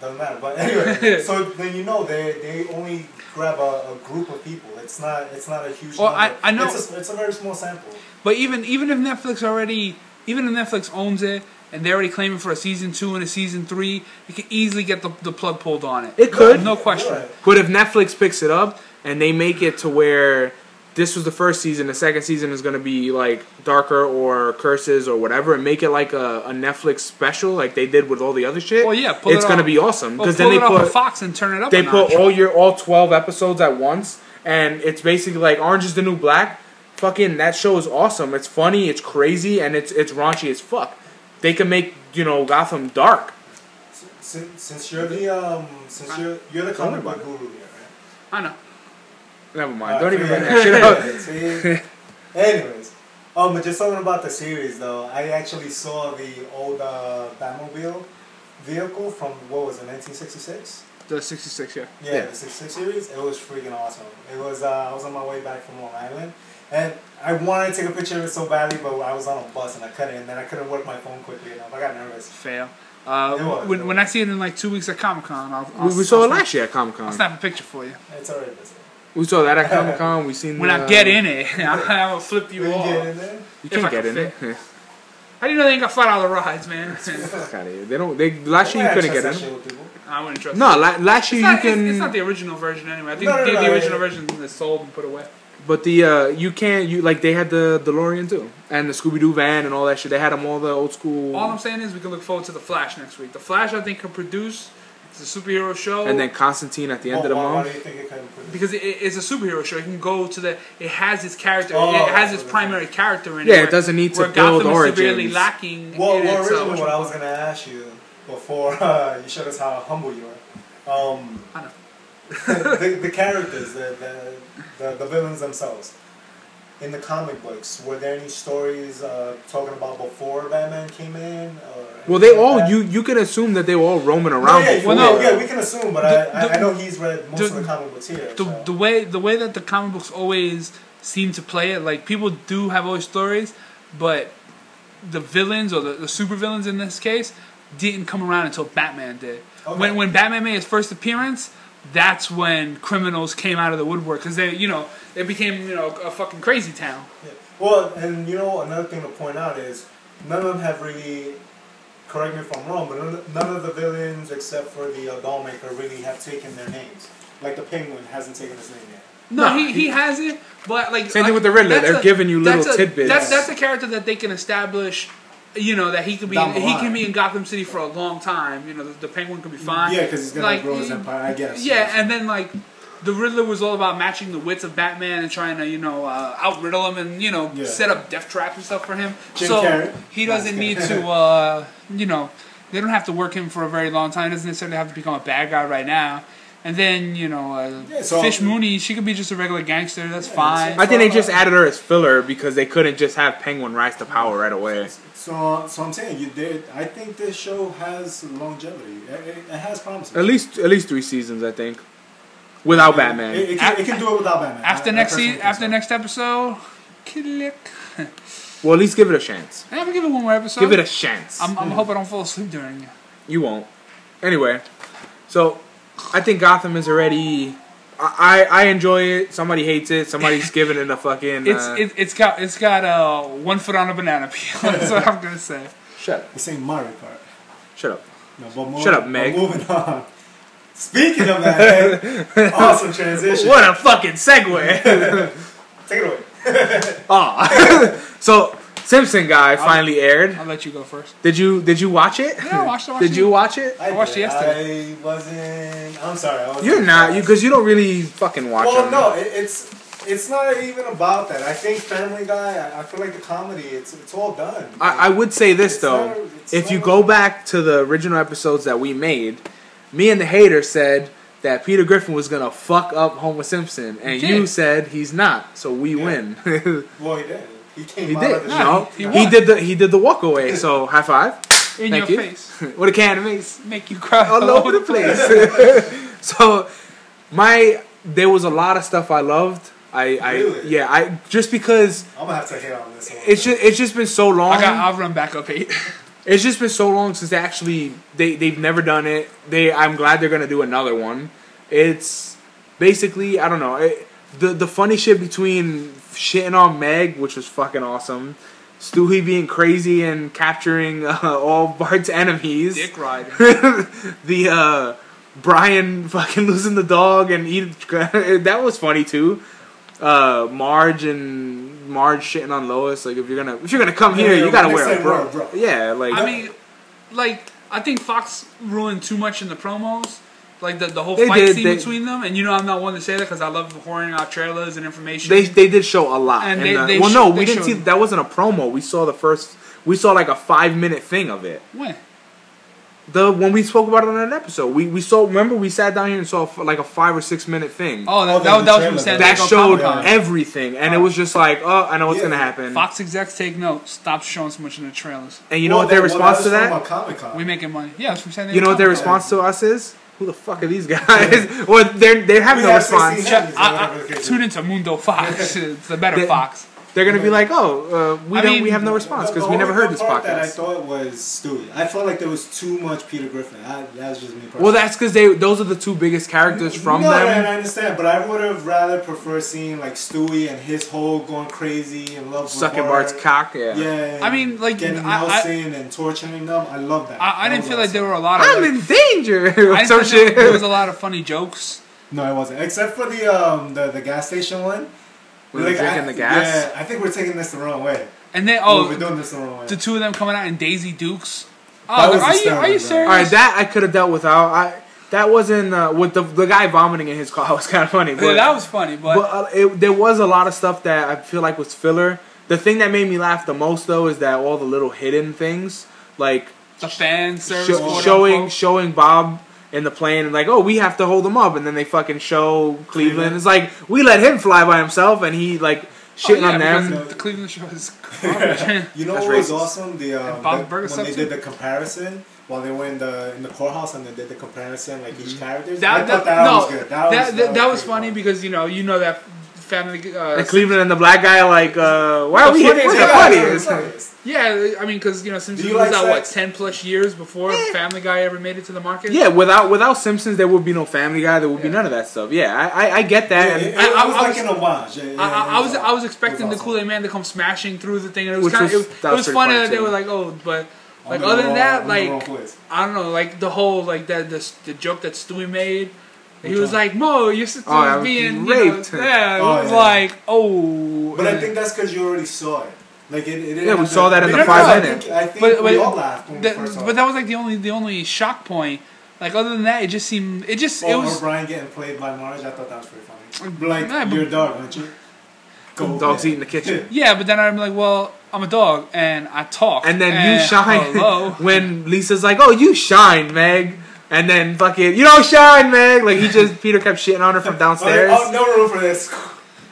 doesn't matter. But anyway,
[laughs]
so then you know they they only grab a, a group of people. It's not it's not a huge.
Well, I-
number.
I know-
it's a, it's a very small sample.
But even even if Netflix already, even if Netflix owns it and they're already claiming for a season two and a season three, they could easily get the, the plug pulled on it.
It could.
No question.
Right.
But if Netflix picks it up and they make it to where this was the first season, the second season is going to be like darker or curses or whatever, and make it like a, a Netflix special, like they did with all the other shit.
Well, yeah, pull
it's
it
going to
off.
be awesome
Well,
because
pull
then
it
they
off of
put
Fox and turn it up.
they
a
put
notch.
all your all twelve episodes at once, and it's basically like Orange is the New Black. Fucking that show is awesome. It's funny, it's crazy, and it's it's raunchy as fuck. They can make you know Gotham dark.
Since, since you're the um since you're you're the comic book guru here, right?
I know.
Never mind.
Uh,
Don't even
yeah.
bring that shit
[laughs]
up.
[laughs] See? Anyways, um, but just something about the series though. I actually saw the old uh, Batmobile vehicle from what was it, 1966?
The 66, yeah.
Yeah,
Yeah.
the 66 series. It was freaking awesome. It was. Uh, I was on my way back from Long Island, and I wanted to take a picture of it so badly, but I was on a bus and I couldn't. And then I couldn't work my phone quickly enough. I got nervous.
Fail. Uh,
It was, it
when, when I
was.
see it in like two weeks at Comic Con, I'll, I'll,
We, we saw
I'll
it last year at Comic
I'll
Con.
snap a picture for you.
It's already busy.
We saw that at
[laughs]
Comic Con. We seen
When I
uh,
get in it, [laughs] I'm gonna flip you
Did
off.
you get in there?
You
if I
can't
can
get in.
fit.
Yeah.
How do you know they ain't got five dollar rides,
[laughs]
man?
[laughs] Fuck outta here. They don't. They last
Oh,
year you
Yeah,
couldn't get
trust that
in.
shit with people.
I wouldn't trust. it.
No, la- last
it's,
year
not,
you
it's- it's,
can.
not the original version anyway. I think
No, no,
the,
no,
the
no,
original
yeah.
version is sold and put away.
But the uh, you can't you like they had the DeLorean too and the Scooby Doo van and all that shit. They had them all the old school
All I'm saying is we can look forward to the Flash next week. The Flash I think can produce it's a superhero show,
and then Constantine at the end
Why-
of the
why, Why do
month.
you think it couldn't put it?
because it, it's a superhero show, it can go to the it has its character,
Oh,
it has its
okay.
primary character in it.
Yeah, it
where-
doesn't need to
where
build
Gotham is severely
origins.
lacking.
Well,
in
well
its, uh,
originally
which-
what I was gonna ask you before [laughs] uh, you showed us how humble you are. Um,
I know.
[laughs] the, the characters, the, the, the, the villains themselves. In the comic books, were there any stories uh, talking about before Batman came in? Or
Well, they
anything like
all
that?
you you can assume that they were all roaming
No,
around.
yeah,
before.
well, no,
before.
yeah, we can assume, but
The-
I, I,
the-
I know he's read most
the-
of the comic books here.
the,
so.
the way the way that the comic books always seem to play it, like people do have always stories, but the villains or the, the super villains in this case didn't come around until Batman did.
Okay.
When when Batman made his first appearance, that's when criminals came out of the woodwork because they you know it became you know a fucking crazy town.
Yeah. Well, and you know, another thing to point out is none of them have really, correct me if I'm wrong, but none- none of the villains except for the uh, Dollmaker really have taken their names. Like the Penguin hasn't taken his name yet.
No,
No,
he,
he-
he has it, but like
Same thing
like,
with the Riddler.
that's
They're giving you
that's
little
a-
tidbits.
That's, that's a character that they can establish. You know that he could be
Down the
he can
line.
be in Gotham City for a long time. You know the, the Penguin could be fine.
Yeah, because he's gonna
Like,
grow his
he-
empire, I guess.
Yeah, and then like the Riddler was all about matching the wits of Batman and trying to you know uh, out riddle him and you know
Yeah.
set up death traps and stuff for him.
Jim
so
Carrey.
he
No,
doesn't
just
need
kidding.
to uh, you know they don't have to work him for a very long time. He doesn't necessarily have to become a bad guy right now. And then you know uh,
Yeah, so-
Fish Mooney, she could be just a regular gangster. That's
that's-
fine.
I think they just added her as filler because they couldn't just have Penguin rise to power right away.
So, so I'm saying you did. I think this show has longevity. It, it, it has promises.
At least at least three seasons, I think, without Batman.
It, it can, it can do it without Batman.
after
I- I
next
personally
se-
think
after
so.
next episode, click.
Well, at least give it a chance.
I'm gonna give it one more episode.
Give it a chance.
Um, I'm, I'm hope I don't fall asleep during it.
You won't. Anyway, so I think Gotham is already. I, I I enjoy it. Somebody hates
[laughs]
it. Somebody's giving it a fucking.
It's
uh,
it, it's got it's got uh, one foot on a banana peel. [laughs] That's what I'm gonna say.
shut up.
This ain't Mario Kart.
Shut up.
No, but moving,
Shut up, Meg.
But moving on. [laughs] Speaking of that,
[laughs]
Meg, awesome transition.
What a fucking segue.
Take it away.
Aw. Ah. [laughs] so Simpson guy finally aired.
I'll let you go first.
Did you did you watch it?
Yeah, I watched it, I watched
Did
it.
you watch it?
I watched
did.
it yesterday.
I wasn't. I'm sorry. I wasn't
You're not you because you don't really fucking watch.
Well,
them.
no, it, it's it's not even about that. I think Family Guy. I, I feel like the comedy. It's it's all done.
I, I would say this
It's
though.
not- it's
if you
not-
go back to the original episodes that we made, me and the hater said that Peter Griffin was gonna fuck up Homer Simpson, and
He
you
did.
said he's not. So we win. [laughs] he
well, he did. He came out of
did.
the
Nah,
No,
he-
he,
he won.
did the he did the walk away. So
[laughs]
high five.
In your
Thank you.
face,
[laughs] what a can of mace
make you cry [laughs]
all over the place. [laughs] so my there was a lot of stuff I loved. I, I
Really?
yeah I just because
I'm gonna have to hit on this one.
it's just it's just been so long.
I got. uh, I'll run back up
[laughs]
eight.
It's just been so long since they actually they they've never done it. They I'm glad they're gonna do another one. It's basically I don't know it, the the funny shit between shitting on Meg, which was fucking awesome. Stewie being crazy and capturing [laughs] uh, all Bart's enemies.
Dick riding.
[laughs] the uh, Brian fucking [laughs] losing the dog and eat [laughs] that was funny too. Uh, Marge and Marge shitting on Lois. Like if you're gonna if you're gonna come
Yeah,
here,
yeah,
you gotta
next
wear a
time
bra.
wear a bra.
Yeah, like
I mean, like I think Fox ruined too much in the promos. Like the, the whole
They
fight
did,
scene
they-
between them, and you know I'm not one to say that because I love whoring out trailers and information.
they they did show a lot.
And
And
they-
uh,
they
well,
sh-
no,
they
we didn't see
showed-
that wasn't a promo. We saw the first. We saw like a five minute thing of it.
when
The when we spoke about it on an episode, we we saw. Remember, we sat down here and saw like a five or six minute thing.
oh that,
Oh,
that,
the
that was
trailer.
from San
that
Diego
showed
Comic-Con.
everything, and it was just like, oh, I know what's
Yeah.
gonna happen.
Fox execs take note. Stop showing so much in the trailers.
And you know
Well,
what their
that- well,
response to
was
that?
from a Comic-Con.
We making money. Yeah, it's from San Diego.
You know what their
Comic-Con.
response to us is? Who the fuck are these guys? [laughs]
[laughs]
or they they have
We
no
have to
response.
see that.
Check- I, I, tune into Mundo
[laughs]
Fox. it's the better
They-
Fox.
They're gonna be like, oh, uh, we
I
don't,
mean,
we have no
the-
response
The-
because
the
we never
only
heard this
part That I
podcast.
thought was Stewie. I felt like there was too much Peter Griffin. I, that was just me. Personally.
Well, that's because they those are the two biggest characters from
no,
them.
No, I understand, but I would have rather preferred seeing like Stewie and his whole going crazy and love with
Sucking
Bart.
Bart's cock. Yeah.
Yeah,
I mean, like,
getting
I- I-
Nelson and torturing them. I love that.
I, I
That
didn't
was
feel like
awesome.
there were a lot of.
I'm
like-
in danger. [laughs] or
I didn't
Some
feel there-
shit.
There was a lot of funny jokes.
No, it wasn't. Except for the um the, the gas station one.
We were drinking
I,
the gas.
Yeah, I think we're taking this the wrong way.
And then
Oh, we're
oh,
doing this the wrong way.
the two of them coming out in Daisy Dukes.
That
Oh,
was
are you are you
hysterical, bro.
serious?
All right, that I could have dealt without. I that wasn't uh, with the the guy vomiting in his car [laughs] was kind of funny. But
yeah, that was funny, but,
But uh, it, there was a lot of stuff that I feel like was filler. The thing that made me laugh the most though is that all the little hidden things, like
the fan service Oh,
sho-
quote
showing
unquote.
showing Bob in the plane, and like, oh, we have to hold him up, and then they fucking show Cleveland.
Cleveland.
It's like we let him fly by himself, and he like
Oh,
shitting
yeah,
on them.
because The Cleveland show
[laughs]
is garbage.
You know
That's
what was
racist.
awesome? The, um,
And Bob
the-
Burger
when they
substitute?
did the comparison while they were in the in the courthouse and they did the comparison like
Mm-hmm.
each character. I
that,
thought
that,
that
no,
was good. That, was
that, that was
pretty
funny
cool.
because you know you know that family. Uh,
and Cleveland and the black guy are like, uh, why are we here?
funniest
We're
guy
the
I've ever
funniest.
yeah, I mean, because you know Simpsons
you
was
like
out what
sex? Eh.
ten plus years before Family Guy ever made it to the market.
Yeah, without without Simpsons, there would be no Family Guy. There would be none of that stuff. Yeah, I I, I get that.
Yeah,
and-
it, it
I- I-
was
I
like
was-
an homage. Yeah, yeah,
I, I, I
it
was I was
it
expecting the
awesome.
Kool Aid Man to come smashing through the thing, and it was
Which
kind of it
was-
was, it
that was
was
pretty
funny
funny,
that they
too.
were like, oh, but like
I'm in
other
the
than that,
wrong- I'm in the
like
wrong place.
I don't know, like the whole like that the the joke that Stewie made. He
Which
was
one?
like, "Mo, your sister
Oh, I
was
was
being
raped."
You know, yeah,
Oh,
it was
yeah.
like, "Oh."
But I
and-
think that's because you already saw it. Like it, it didn't
Yeah, we
have
saw that in
the
No, no,
five
I
minute.
think- I think
But-
we
but-
all laughed when we
that-
first saw
but
it.
that was like the only the only shock point. Like other than that, it just seemed it just it
Or-
was
or Brian getting played by Marge. I thought that was pretty funny.
Mm,
Like
yeah, but-
you're a dog, aren't you? Go
Dogs
there.
eat in the kitchen.
yeah. But then I'm like, well, I'm a dog and I talk,
And then
Eh,
you shine
[laughs]
Hello.
[laughs] when Lisa's like, "Oh, you shine, Meg." And then fucking, you don't shine, Meg. Like he just Peter kept shitting on her from downstairs.
Like, oh, no room for
[laughs]
this.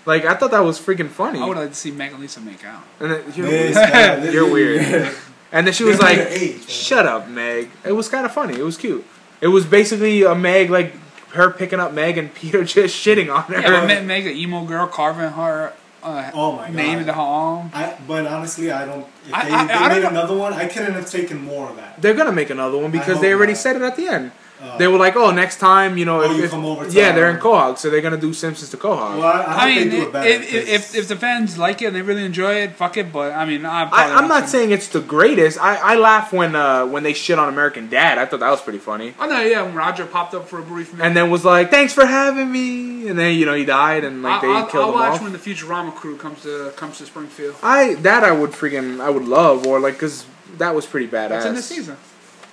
Like I thought that was freaking funny.
I would like to see Meg and Lisa make out.
And then, you're,
This guy, this
You're
is-
weird. and then she was
They're
like,
underage, man.
"Shut up, Meg." It was kind of funny. It was cute. It was basically a Meg [laughs] like her picking up Meg and Peter just shitting on her.
Yeah, but Meg, Meg, the emo girl carving her uh,
Oh my god.
name of the home.
I, but honestly, I don't. If
I-
they,
I-
if they
I don't
made
know.
another one, I couldn't have taken more of that.
They're gonna make another one because
hope
they already
not.
said it at the end.
Uh,
they were like, "Oh, next time, you know,
Oh,
if,
you
if-
come over to
yeah, they're
our-
in Quahog, so they're gonna do Simpsons to Quahog."
Well, I, I hope
I mean,
they do it
if,
better.
if, if,
'cause-
if the fans like it and they really enjoy it, fuck it. But I mean, I'm,
I,
probably
I'm not
seeing-
saying it's the greatest. I, I laugh when uh, when they shit on American Dad. I thought that was pretty funny.
I know, yeah. When Roger popped up for a brief minute,
And then was like, "Thanks for having me," and then you know he died, and like
I,
they
will
killed him
watch
off.
when the Futurama crew comes to comes to Springfield.
I that I would freaking I would love or like because that was pretty badass.
That's in this season.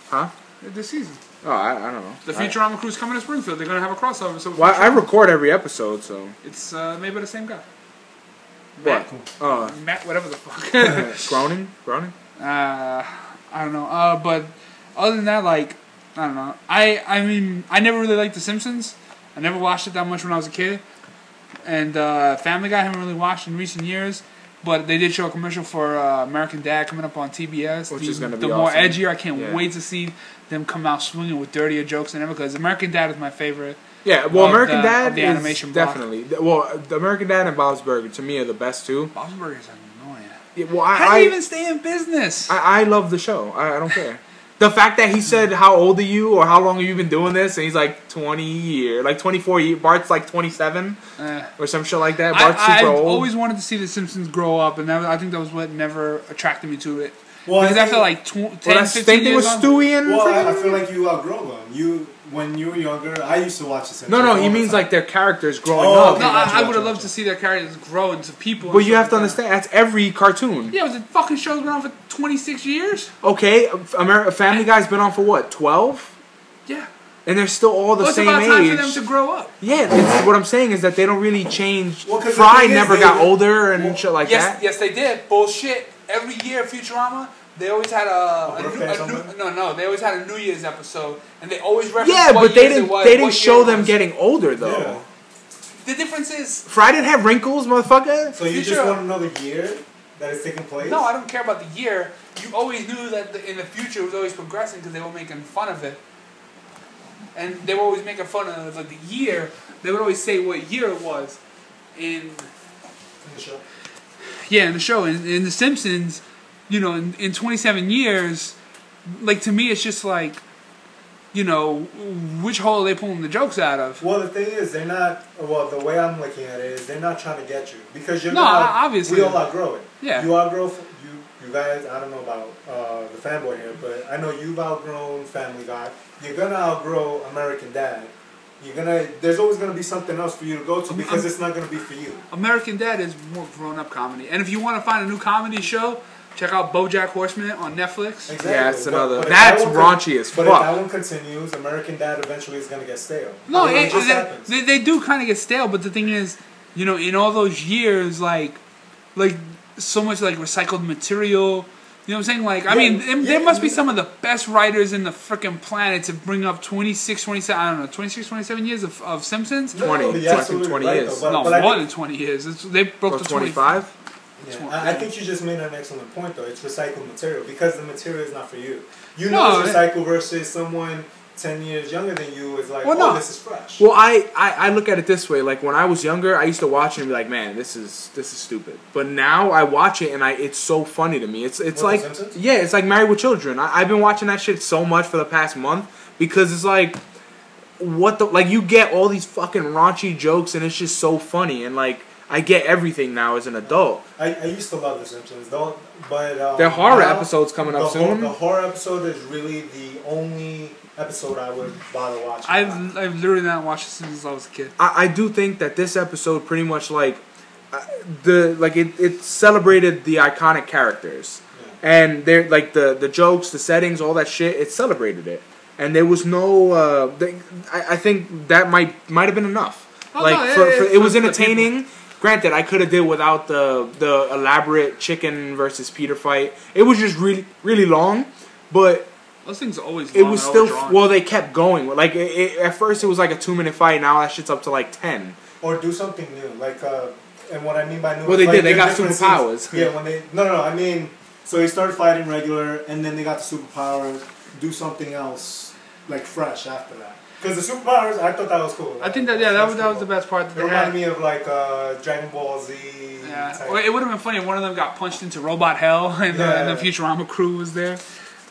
huh?
This season,
Oh, I, I don't know.
the
I-
Futurama crew's coming to Springfield. They're gonna have a crossover. So
Well, I record every episode, so
it's uh, made by the same guy,
what? Uh,
Matt, whatever the fuck. [laughs]
Groaning, groaning.
uh, I don't know. Uh, but other than that, like, I don't know. I I mean, I never really liked The Simpsons. I never watched it that much when I was a kid. And uh, Family Guy, I haven't really watched in recent years. But they did show a commercial for uh, American Dad coming up on TBS.
Which
the,
is gonna
the
be
more
awesome.
edgier. I can't
Yeah.
wait to see them come out swinging with dirtier jokes than ever. Because American Dad is my favorite.
Yeah, well,
Of
American
the-
Dad
of the
is
animation block.
definitely. Well, the American Dad and Bob's Burger to me are the best two.
Bob's Burgers are annoying.
Yeah, well, I
How
I,
do you even stay in business?
I, I love the show. I, I don't care. The fact that he said, "How old are you?" or "How long have you been doing this?" and he's like, "20 year, like 24 year." Bart's like 27
Eh.
or some shit like that. Bart's
I, I've
super old.
always wanted to see The Simpsons grow up, and that, I think that was what never attracted me to it.
Well, I
because after
think-
like tw- 10,
well, that's
15
same thing
years
with
on-
Stewie and.
well, I, I
freaking-
feel like you outgrow them. You when you were younger, I used to watch this.
no, no, he means like their characters growing
Oh,
up.
No,
Gotcha,
I, I would
gotcha,
have loved
gotcha.
to see their characters grow into people.
But
and
you
stuff
have to
like that.
understand that's every cartoon.
Yeah, it was a fucking show's been on for 26 years.
Okay, Amer- Family Guy's been on for what twelve,
Yeah.
and they're still all the
Well, it's
same
about time
age.
for them to grow up.
yeah, it's, what I'm saying is that they don't really change.
Well, 'cause the
Fry
thing is,
never
they-
got older and
well,
shit like
yes,
that.
yes, they did. Bullshit. Every year, Futurama, they always had a, a,
birthday
new,
or
a new,
something?
no, no, they always had a New Year's episode, and they always [laughs] referenced
Yeah,
what
but they
years it
didn't.
was,
They didn't
what
show
year it
them
was.
getting older though.
Yeah.
The difference is,
Fry didn't have wrinkles, motherfucker.
So you just
Future-
want another year that is taking place?
No, I don't care about the year. You always knew that the, in the future it was always progressing because they were making fun of it, and they were always making fun of like the year. They would always say what year it was, in
In the show.
yeah, in the show, in, in the Simpsons, you know, in, in 27 years, like to me, it's just like, you know, which hole are they pulling the jokes out of?
Well, the thing is, they're not. Well, the way I'm looking at it is, they're not trying to get you because you're
No,
gonna-
I- obviously.
we all outgrow it.
Yeah.
you outgrow. f- You you guys. I don't know about uh, the fanboy here, but I know you've outgrown Family Guy. You're gonna outgrow American Dad. You're gonna. There's always gonna be something else for you to go to because it's not gonna be for you.
American Dad is more grown-up comedy, and if you want to find a new comedy show, check out BoJack Horseman on Netflix.
Exactly.
Yeah, it's
But-
another-
but if
that's
that one
raunchy as
But
fuck.
if that one continues, American Dad eventually is gonna get stale.
No,
You know,
it,
just
they-
happens.
they, they do kind of get stale, but the thing is, you know, in all those years, like, like so much like recycled material. You know what I'm saying? Like, I
Yeah,
mean, there,
yeah,
there must be
yeah.
some of the best writers in the freaking planet to bring up 26, 27, I don't know, 26, 27 years of, of Simpsons.
No,
20,
you're
fucking
absolutely
20
right,
years.
though,
no,
but- but I
more
think-
than 20 years. It's, they broke
Or
the 25.
25.
It's
Yeah,
one-
I, I think you just made an excellent point though. It's recycled material because the material is not for you. You
No,
know, it's
it-
recycled versus someone ten years younger than you is like,
Well,
oh,
no.
this is fresh.
Well, I, I, I look at it this way. Like when I was younger, I used to watch it and be like, "Man, this is this is stupid." But now I watch it and I it's so funny to me. It's it's
What, The
like
Simpsons?
yeah, it's like Married with Children. I, I've been watching that shit so much for the past month because it's like what the like you get all these fucking raunchy jokes and it's just so funny and like I get everything now as an adult.
I, I used to love The Simpsons, though, but um,
Their horror
now,
episode's coming
the
up
hor-
soon.
the horror episode is really the only episode I would bother watching.
I've, I've literally not watched The Simpsons since I was a kid.
I, I do think that this episode pretty much like uh, the like it, it celebrated the iconic characters and they're like the the jokes the settings all that shit it celebrated it and there was no uh they, I, I think that might might have been enough
Oh,
like
no, yeah,
for,
yeah,
for,
yeah,
it was
for the
entertaining granted i could have did without the the elaborate chicken versus peter fight it was just really really long but
Those things are always
it
long
was
and
still
overdrawn.
well they kept going like it, it, at first it was like a two minute fight now that shit's up to like 10
or do something new, like uh, and what I mean by new.
Well,
is,
they
like,
did. They
their
got
different
superpowers.
scenes. Yeah, when they no, no, no, I mean, so they started fighting regular, and then they got the superpowers. Do something else, like fresh after that. 'Cause Because the superpowers, I thought that was cool.
I think that yeah, that was that was the best
best.
part. That
It
they
reminded
had.
me of like uh, Dragon Ball Z.
Yeah.
type. Oh,
Well, it would have been funny if one of them got punched into Robot Hell [laughs] and, the, and the
Yeah.
Futurama crew was there.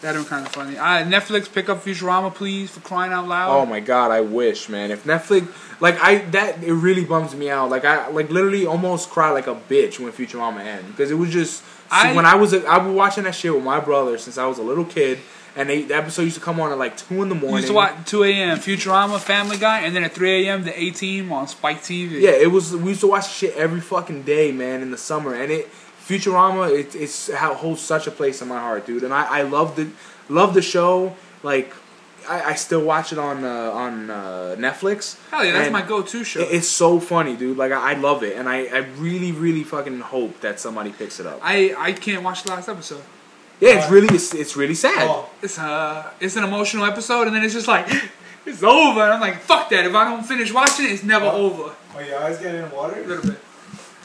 That'd been kind of funny. Uh, Netflix, pick up Futurama, please, for crying out loud.
Oh my god, I wish, man. If Netflix, like I, that it really bums me out. Like I, like literally almost cried like a bitch when Futurama ended because it was just
I-
when I was a, I was watching that shit with my brother since I was a little kid, and they, the episode used to come on at like two in the morning.
You used to watch 2 a.m. Futurama, Family Guy, and then at 3 a.m. the A Team on Spike TV.
Yeah, it was. We used to watch shit every fucking day, man, in the summer. And it, Futurama, it it's how holds such a place in my heart, dude. And I I love the love the show. Like, I, I still watch it on uh, on uh, Netflix.
Hell yeah, that's
And
my go-to show.
it- It's so funny, dude. Like I, I love it, and I, I really, really fucking hope that somebody picks it up.
I I can't watch the last episode.
yeah, it's really, it's, it's really sad.
Oh,
It's uh it's an emotional episode, and then it's just like [laughs] it's over, and I'm like fuck that. If I don't finish watching it, it's never over.
oh, your eyes getting in
A
water?
little bit.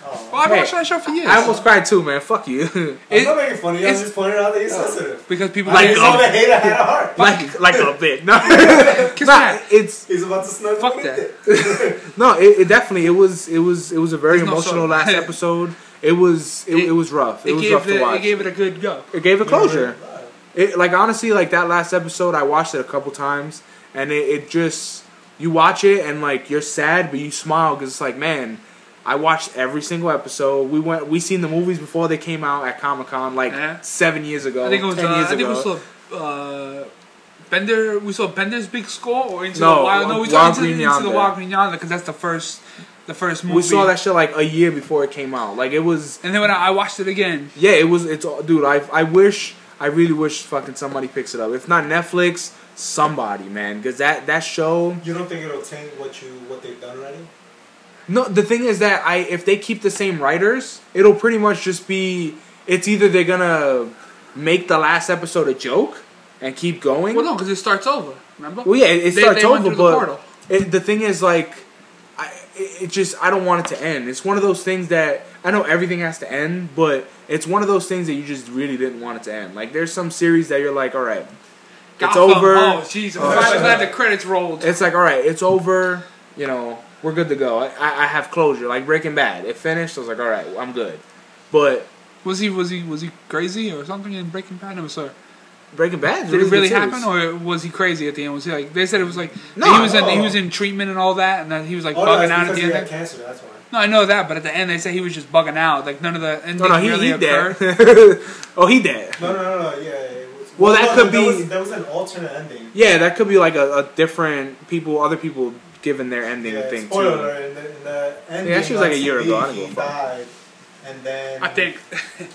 Oh.
Well, I've been
Hey,
watching that show for years.
I almost cried too, man. Fuck you. [laughs]
It-
I'm not making fun of you. I'm
it's-
just pointing out that you're sensitive.
because people
Like,
He's
um,
not a hater had a heart.
like, like a bit. No,
kiss my
Nah,
ass.
[laughs] it's
He's about to snuggle.
Fuck
with
that.
it.
no, it, it definitely it was it was it was a very
There's no
emotional
soul.
last
[laughs]
episode. It was it,
It-
it, was rough. It,
It
was
gave
rough to
the,
watch.
it gave it a good go.
a closure. It like honestly like that last episode I watched it a couple times and it, it just you watch it and like you're sad but you smile because it's like man I watched every single episode we went we seen the movies before they came out at Comic Con like
Yeah.
seven years ago
I think it was. Uh,
ten years
I think
ago
we saw uh, Bender. We saw Bender's big score or into the
No,
wild. No, we saw
Wild
into,
Green
into the
Yonder.
wild green yonder because that's the first the first movie.
we saw that shit like a year before it came out like it was
And then when I, I watched it again,
Yeah, it was. It's all- dude. I I wish. I really wish fucking somebody picks it up. If not Netflix, somebody, man, because that that show.
You don't think it'll taint what you what they've done already?
No, the thing is that I if they keep the same writers, it'll pretty much just be. It's either they're gonna make the last episode a joke and keep going.
well, no, because it starts over. Remember?
Well, yeah, it, it
They-
starts
they went through
over,
the
but
portal.
it, the thing is, like, I, it, it just I don't want it to end. It's one of those things that I know everything has to end, but it's one of those things that you just really didn't want it to end. Like, there's some series that you're like, all right,
Gotham.
it's over.
Oh, jeez, I'm
Oh,
glad-
shit.
glad the credits rolled.
It's like, all right, it's over. You know, we're good to go. I, I I have closure. Like Breaking Bad, it finished. I was like, all right, I'm good. But
Was he was he was he crazy or something in Breaking Bad? I'm sorry.
Breaking Bad,
Did it really happen,
Or-
or was he crazy at the end? Was he like they said it was like
No,
he was in, he
no.
was in treatment and all that, and that he was like
Oh, no,
bugging
it's
out at
because
the
he
end.
had
there?
cancer. That's why.
No, I know that, but at the end they said he was just bugging out. Like none of the ending
no, no, he,
really
he
occurred.
dead. [laughs] oh, he dead.
No, no, no, no. Yeah. It was,
Well, that
no,
could
there
be-
Was, there was an alternate ending.
Yeah, that could be like a, a different people, other people giving their ending
Yeah,
thing
spoiler
too.
alert, in the, in the ending.
Yeah, she was like a
on
year
TV,
ago, I don't
He
give a fuck.
died, and then
I think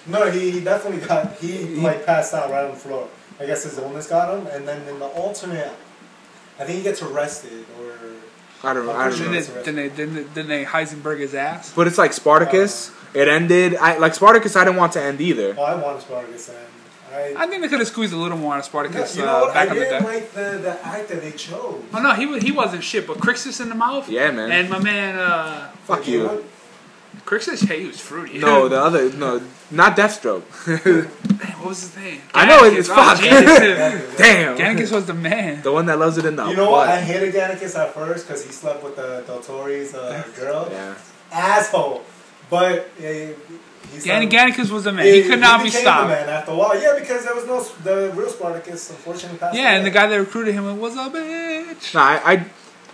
No, he, he definitely got he like passed out right on the floor. I guess his illness got him, and then in the alternate, I think he gets arrested or
I don't, I don't
then
know.
they then they, then they, then they Heisenberg his ass.
But it's like Spartacus.
Uh.
It ended. I like Spartacus. I didn't want to end either.
[laughs]
well, oh, I wanted Spartacus and I.
I think they could have squeezed a little more out of Spartacus
you know
uh,
what?
back
I
in the
didn't
day.
like the, the act that they chose.
Oh no, he wa- he wasn't shit, but Crixus in the mouth.
Yeah, man.
And my man uh,
Fuck you.
Crixus, hey, he was fruity.
No, the other no, not Deathstroke.
[laughs] Man, what was his name? Oh,
I know, it's-
Gannicus.
fuck. [laughs]
Gannicus.
Damn,
Gannicus was the man.
the one that loves it in the
You know what? I
butt.
hated Gannicus at first because he slept with the Del Torre's uh, girl.
Yeah.
Asshole. But yeah, he's
Gann- Gannicus was the man. He could not be stopped.
Man after a while, yeah, because there was no the real Spartacus, unfortunately. Passed
Yeah, and the
away.
guy that recruited him was a bitch.
No, I, I,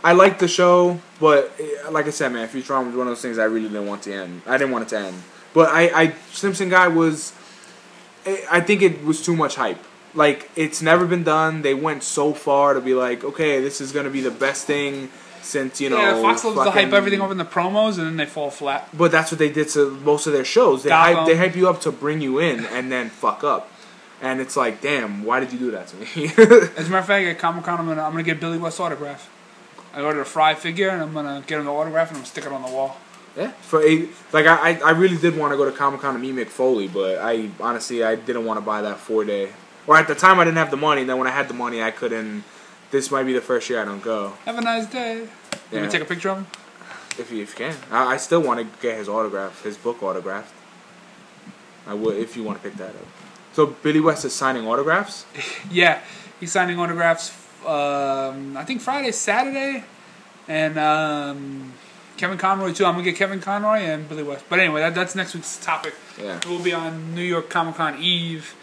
I liked the show, but eh, like I said, man, Futurama was one of those things I really didn't want to end. I didn't want it to end. But I, I Simpson guy was, eh, I I think it was too much hype. Like it's never been done. They went so far to be like, okay, this is gonna be the best thing since you know.
yeah, Fox loves to hype
fucking-
everything up in the promos, and then they fall flat.
But that's what they did to most of their shows. They
Gotham.
hype, they hype you up to bring you in and then fuck up. And it's like, damn, why did you do that to me? [laughs]
As a matter of fact, at Comic Con, I'm gonna, I'm gonna get Billy West autograph. I ordered a Fry figure, and I'm gonna get him the autograph, and I'm gonna stick it on the wall.
Yeah, for a, like I, I I really did want to go to Comic Con to meet Mick Foley, but I honestly I didn't want to buy that four day. Or at the time I didn't have the money. And then when I had the money, I couldn't. This might be the first year I don't go.
Have a nice day. Let
Yeah.
me take a picture of him.
If you, if you can, I, I still want to get his autograph, his book autographed. I would if you want to pick that up. So Billy West is signing autographs.
Yeah, he's signing autographs um, I think Friday, Saturday, and um, Kevin Conroy too. I'm gonna get Kevin Conroy and Billy West. But anyway, that, that's next week's topic.
Yeah.
We'll be on New York Comic Con Eve.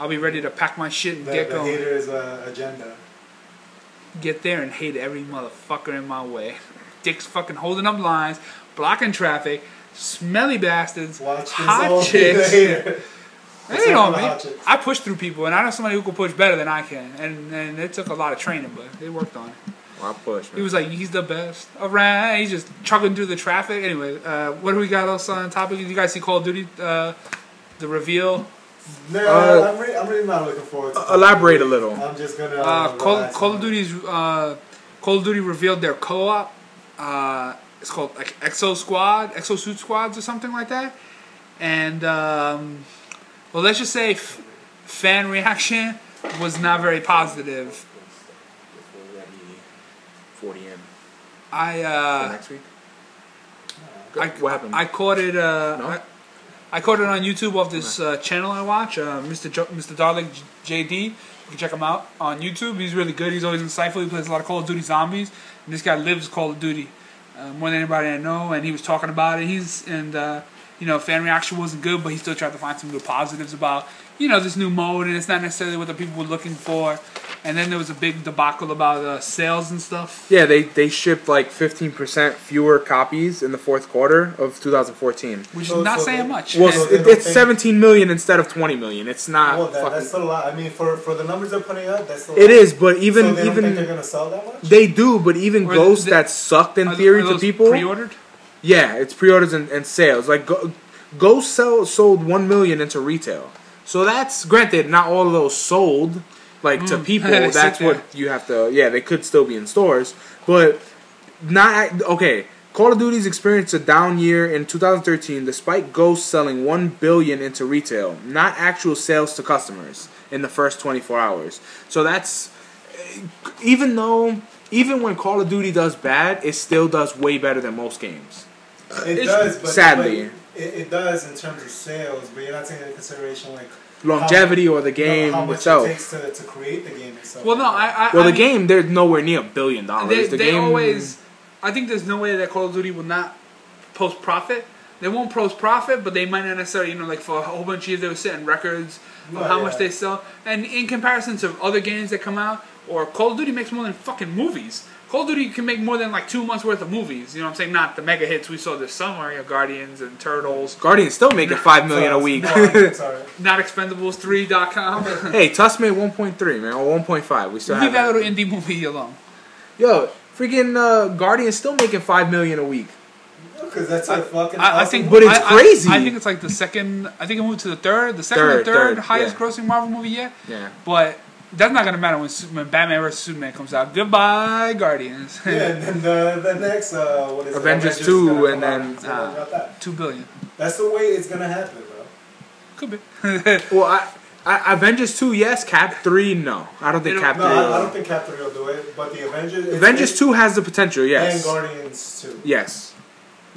I'll be ready to pack my shit and
The,
get
the
going.
haters uh, agenda.
Get there and hate every motherfucker in my way. Dicks fucking holding up lines, blocking traffic, smelly bastards,
Watch this all
hot
[laughs] the
chicks.
hater.
That ain't on
Except for the hot
me.
chicks.
I push through people, and I know somebody who can push better than I can. And and it took a lot of training, but they worked on it.
Well, I push,
He
man.
was like, he's the best around. He's just chugging through the traffic. Anyway, uh, what do we got else on topic? Did you guys see Call of Duty? Uh, the reveal.
No,
Uh,
I'm, re- I'm really not looking forward to
Elaborate a little.
I'm just gonna.
Uh, Call,
relax
Call
on
of
it.
Duty's uh, Call of Duty revealed their co-op. Uh, it's called like Exo Squad, Exo Suit Squads, or something like that. And um, well, let's just say f- fan reaction was not very positive.
Forty M
I
for
uh,
next week.
I-
what happened?
I caught it. Uh,
No?
I, I caught it on YouTube off this uh, channel I watch, uh, Mr. Jo- Mr. Darling J- JD. You can check him out on YouTube. He's really good. He's always insightful. He plays a lot of Call of Duty zombies, and this guy lives Call of Duty uh, more than anybody I know. And he was talking about it. He's and uh, you know fan reaction wasn't good, but he still tried to find some good positives about you know this new mode, and it's not necessarily what the people were looking for. And then there was a big debacle about uh, sales and stuff.
yeah, they they shipped like fifteen percent fewer copies in the fourth quarter of 2014.
Which
So-
is not
so
saying
they-
much.
Well,
And-
so-
it,
they
it's
don't think-
17 million instead of 20 million. It's not
Well, that, that's
fucking.
still a lot. I mean, for for the numbers they're putting up, that's still.
It is, but even
so they don't
even
think they're gonna sell that much.
They do, but even
Or
ghosts
the-
that sucked in
are-
theory
are
to
those
people.
pre-ordered.
Yeah, it's pre-orders and, and sales. Like Go- Ghost sell, sold one million into retail. So that's granted, not all of those sold like to people.
They
that's
sit
what
there.
you have to. Yeah, they could still be in stores, but not okay. Call of Duty's experienced a down year in 2013, despite Ghost selling one billion into retail, not actual sales to customers in the first 24 hours. So that's even though even when Call of Duty does bad, it still does way better than most games.
It
It's-
does, but
sadly.
but it, it does in terms of sales, but you're not taking into consideration like
longevity or the
you know,
game
how much
itself.
it takes to, to create the game itself.
Well, no, I. I
well,
I
the
mean,
game they're nowhere near a billion dollars.
They,
the
they
game
always. I think there's no way that Call of Duty will not post profit. They won't post profit, but they might not necessarily, you know, like for a whole bunch of years they were setting records of
Well,
how
yeah.
much they sell. And in comparison to other games that come out, or Call of Duty makes more than fucking movies. Call of Duty can make more than like two months worth of movies. You know what I'm saying? Not the mega hits we saw this summer, you know, Guardians and Turtles.
Guardians still making five million a
Sorry,
week.
sorry, sorry.
Not Expendables3.com.
[laughs] hey, Tusk made one point three, man, or one point five. We still
Leave that
have
little indie movie alone.
yo freaking uh, Guardians still making five million a week.
Because that's a fucking.
I, I
awesome-
think,
But it's
I- I-
crazy.
I, think it's like the second. I think it moved to the third, the second or
Third,
third,
third,
highest
yeah.
grossing Marvel movie yet.
Yeah,
But that's not gonna matter when, Su- when Batman vs Superman comes out. Goodbye, Guardians.
Yeah, and then the, the next uh, what is it,
Avengers
is
2,
gonna
and
come out.
then,
It's gonna
uh,
be about
[laughs]
that.
Two billion.
that's the way it's gonna happen, bro.
Could be. [laughs]
well, I, I, Avengers two, yes. Cap three, no. I don't think
They
Cap
don't-
No,
three.
I, I
will.
don't think Captain will do it, but the Avengers. it's-
Avengers
it's-
two has the potential,
And
yes,
Guardians two.
yes.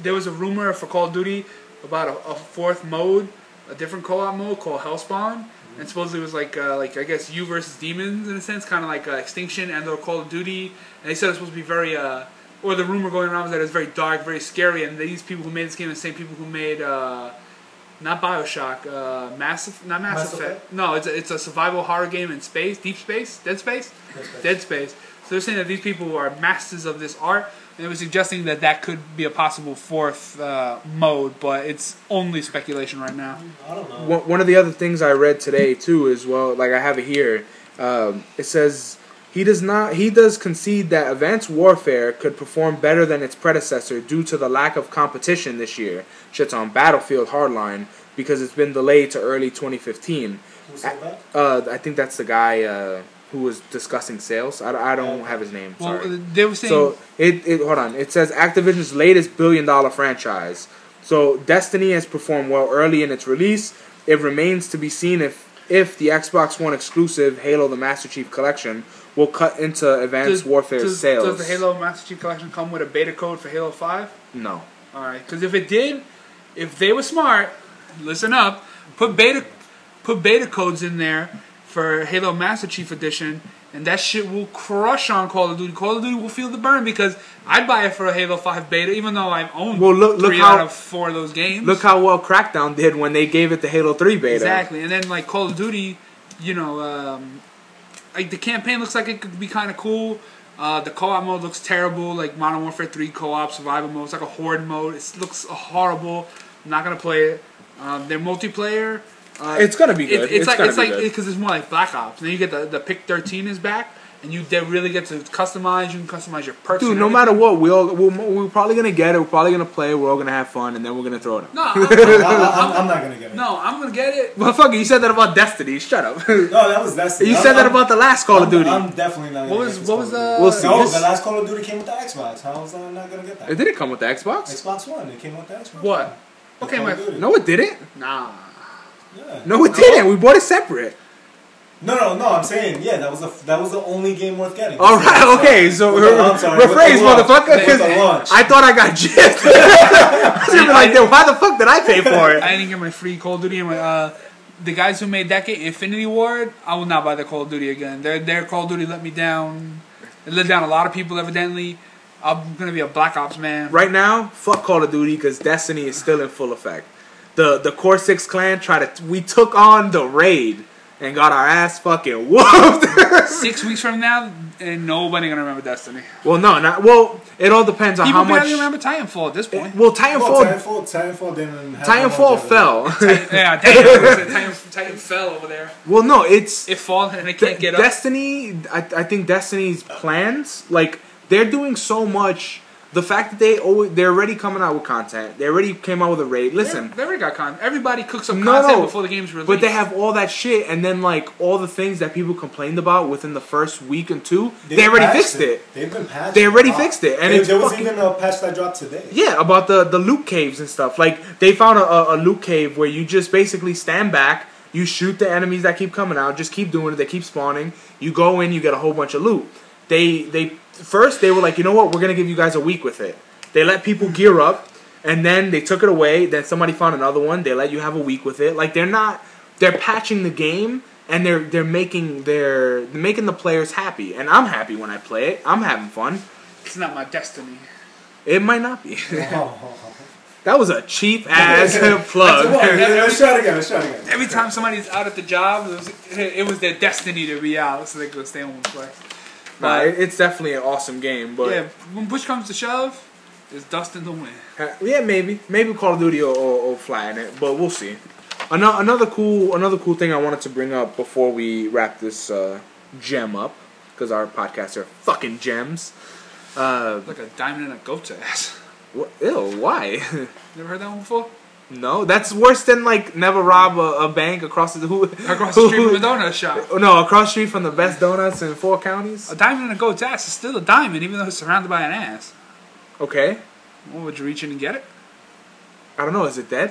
there was a rumor for Call of Duty about a, a fourth mode, a different co-op mode called Hellspawn, and supposedly it was like uh, like I guess you versus demons in a sense, kind of like uh, Extinction and or Call of Duty. And they said it's supposed to be very, uh, or the rumor going around was that it's very dark, very scary, and these people who made this game are the same people who made. Uh, not Bioshock, uh, Mass, Eff- not Mass,
Mass
Effect.
Effect?
No, it's a, it's a survival horror game in space, Deep Space, Dead Space,
Dead Space.
Dead Space. So they're saying that these people are masters of this art, and they were suggesting that that could be a possible fourth uh, mode, but it's only speculation right now.
I don't know.
One, one of the other things I read today too is well, like I have it here. Um, it says he does not. He does concede that Advanced Warfare could perform better than its predecessor due to the lack of competition this year. Shits on Battlefield Hardline because it's been delayed to early 2015.
Who said that?
Uh, I think that's the guy uh, who was discussing sales. I, I don't have his name.
Well,
Sorry.
uh, they were saying
So it, it hold on. It says Activision's latest billion dollar franchise. So Destiny has performed well early in its release. It remains to be seen if if the Xbox One exclusive Halo the Master Chief Collection will cut into Advanced Warfare
does,
sales.
Does the Halo Master Chief Collection come with a beta code for Halo Five?
No.
All right, because if it did, if they were smart, listen up, put beta, put beta codes in there for Halo Master Chief Edition, and that shit will crush on Call of Duty. Call of Duty will feel the burn because I'd buy it for a Halo Five beta, even though I've owned
Well, look- look
three
how-
out of four of those games.
Look how well Crackdown did when they gave it the Halo 3 beta.
Exactly, and then like Call of Duty, you know, um, like the campaign looks like it could be kind of cool. Uh, the co-op mode looks terrible, like Modern Warfare Three co-op survival mode. It's like a horde mode. It looks horrible. I'm not gonna play it. Um, their multiplayer. Uh,
It's gonna be
it-
good.
it's,
It's
like
gonna
it's
be
like
good.
because it's more like Black Ops. And then you get the the pick thirteen is back, and you de- really get to customize. You can customize your perks.
Dude,
and
no
everything.
matter what, we all we're, we're probably gonna get it. We're probably gonna play. it, We're all gonna have fun, and then we're gonna throw it. out.
No, I'm,
I, I, I'm, I'm not gonna get it.
no, I'm gonna get it.
Motherfucker, you said that about Destiny. Shut up. [laughs] you
No, that was that's. I'm-
said that
I'm-
about the last Call
I'm,
of Duty.
I'm definitely not.
What
gonna
was
get this
what was uh,
Call of
the?
We'll see.
Duty. No,
this-
the last Call of Duty came with the Xbox. How was I not gonna get
it
that?
didn't come with the Xbox.
Xbox One. It came with the Xbox.
What?
The
Okay,
Call of
my-
Duty.
No, it didn't.
Nah.
Yeah.
No, it didn't. We bought it separate.
No, no, no. I'm saying, yeah, that was the that was the only game worth getting.
All right, okay. So
With the- I'm sorry, with the
rephrase,
launch.
motherfucker.
With
'cause
the launch.
I thought I got
[laughs]
gypped. [laughs] I was gonna be like, then why the fuck did I pay for
[laughs]
I
it?
didn't get my free Call of Duty. And my, uh, the guys who made that game, Infinity Ward, I will not buy the Call of Duty again. Their their Call of Duty let me down. It let down a lot of people, evidently. I'm gonna be a Black Ops
[laughs]
man.
Right now, fuck Call of Duty because Destiny is still in full effect. The the Core Six Clan tried to. We took on the raid and got our ass fucking [laughs] whooped.
Six weeks from now, and nobody gonna remember Destiny.
well, no, not well. It all depends on
People
how much.
barely remember Titanfall at this
[laughs]
point.
Well,
Well,
Titanfall.
Titanfall, Titanfall didn't. Have the
Titanfall
longevity.
fell.
yeah, Titan, Titan, Titan fell over there.
[laughs] well, no, it's
It fall and it can't get up.
Destiny, I, I think Destiny's plans, like they're doing so much. The fact that they always, they're already coming out with content. They already came out with a raid. Listen,
They already got content. Everybody cooks up
No,
content
no.
before the game's released.
but they have all that shit, and then like all the things that people complained about within the first week and two, they, already
patched
fixed it.
They've been patched.
They already
Wow.
fixed it, and
There-
it's
there was
fucking-
even a patch that dropped
[laughs]
today.
Yeah, about the the loot caves and stuff. Like they found a, a, a loot cave where you just basically stand back, you shoot the enemies that keep coming out, just keep doing it. They keep spawning. You go in, you get a whole bunch of loot. They they first they were like, you know what, we're gonna give you guys a week with it. They let people gear up, and then they took it away. Then somebody found another one. They let you have a week with it. Like they're not they're patching the game. And they're they're making their they're making the players happy, and I'm happy when I play it. I'm having fun.
it's not my Destiny.
It might not be. [laughs]
Oh, oh, oh.
That was a cheap
[laughs]
ass [laughs] plug.
Yeah, Let's try it again. Let's try it again.
Every time somebody's out at the job, it was, it was their destiny to be out, so they could stay home and play.
Nah,
But
it- it's definitely an awesome game, but
yeah,
yeah,
when push comes to shove, there's dust in the wind.
maybe maybe Call of Duty will, will, will fly in it, but we'll see. Another another cool another cool thing I wanted to bring up before we wrap this uh, gem up because our podcasts are fucking gems. Uh,
Like a diamond in a goat's ass.
wh- ew, why? [laughs]
Never heard that one before?
no, that's worse than like never rob a, a bank across the who
Across the street from a donut shop.
No, across the street from the best donuts in four counties.
A diamond in a goat's ass is still a diamond, even though it's surrounded by an ass.
Okay,
Well, would you reach in and get it?
I don't know. Is it dead?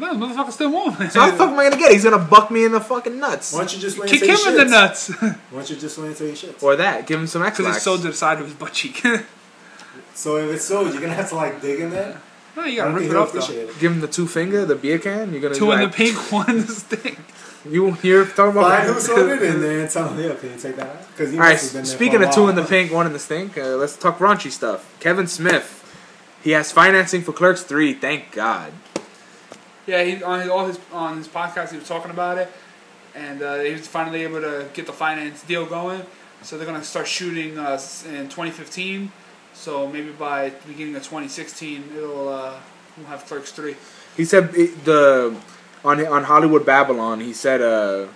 No, the motherfucker's still moving.
So how the fuck am I gonna get? it? He's gonna buck me in the fucking nuts.
Why don't you just lay and
[laughs] Kick
say
him
shit?
in the nuts. [laughs]
Why don't you just lay and say shit?
Or that. Give him some Xbox.
Because it's so to the side of his butt cheek. [laughs]
So if it's so, you're gonna have to like dig in there.
no, you
I
gotta
don't
rip
think
it
he'll
off though.
appreciate it.
Give him the two finger, the beer can. You're gonna
Two
be
in the
like,
pink, [laughs] one in the stick.
You hear talking about?
Find who sold
[laughs]
it and then tell him, yeah, can you take that out? Because
All right. Speaking of two in the pink, one in the stink. Uh, let's talk raunchy stuff. Kevin Smith. He has financing for Clerks Three. Thank God.
Yeah, he on his, all his on his podcast he was talking about it, and uh, he was finally able to get the finance deal going. So they're gonna start shooting us in 2015. So maybe by the beginning of 2016, it'll uh, we'll have Clerks three.
He said it, the on on Hollywood Babylon. He said uh,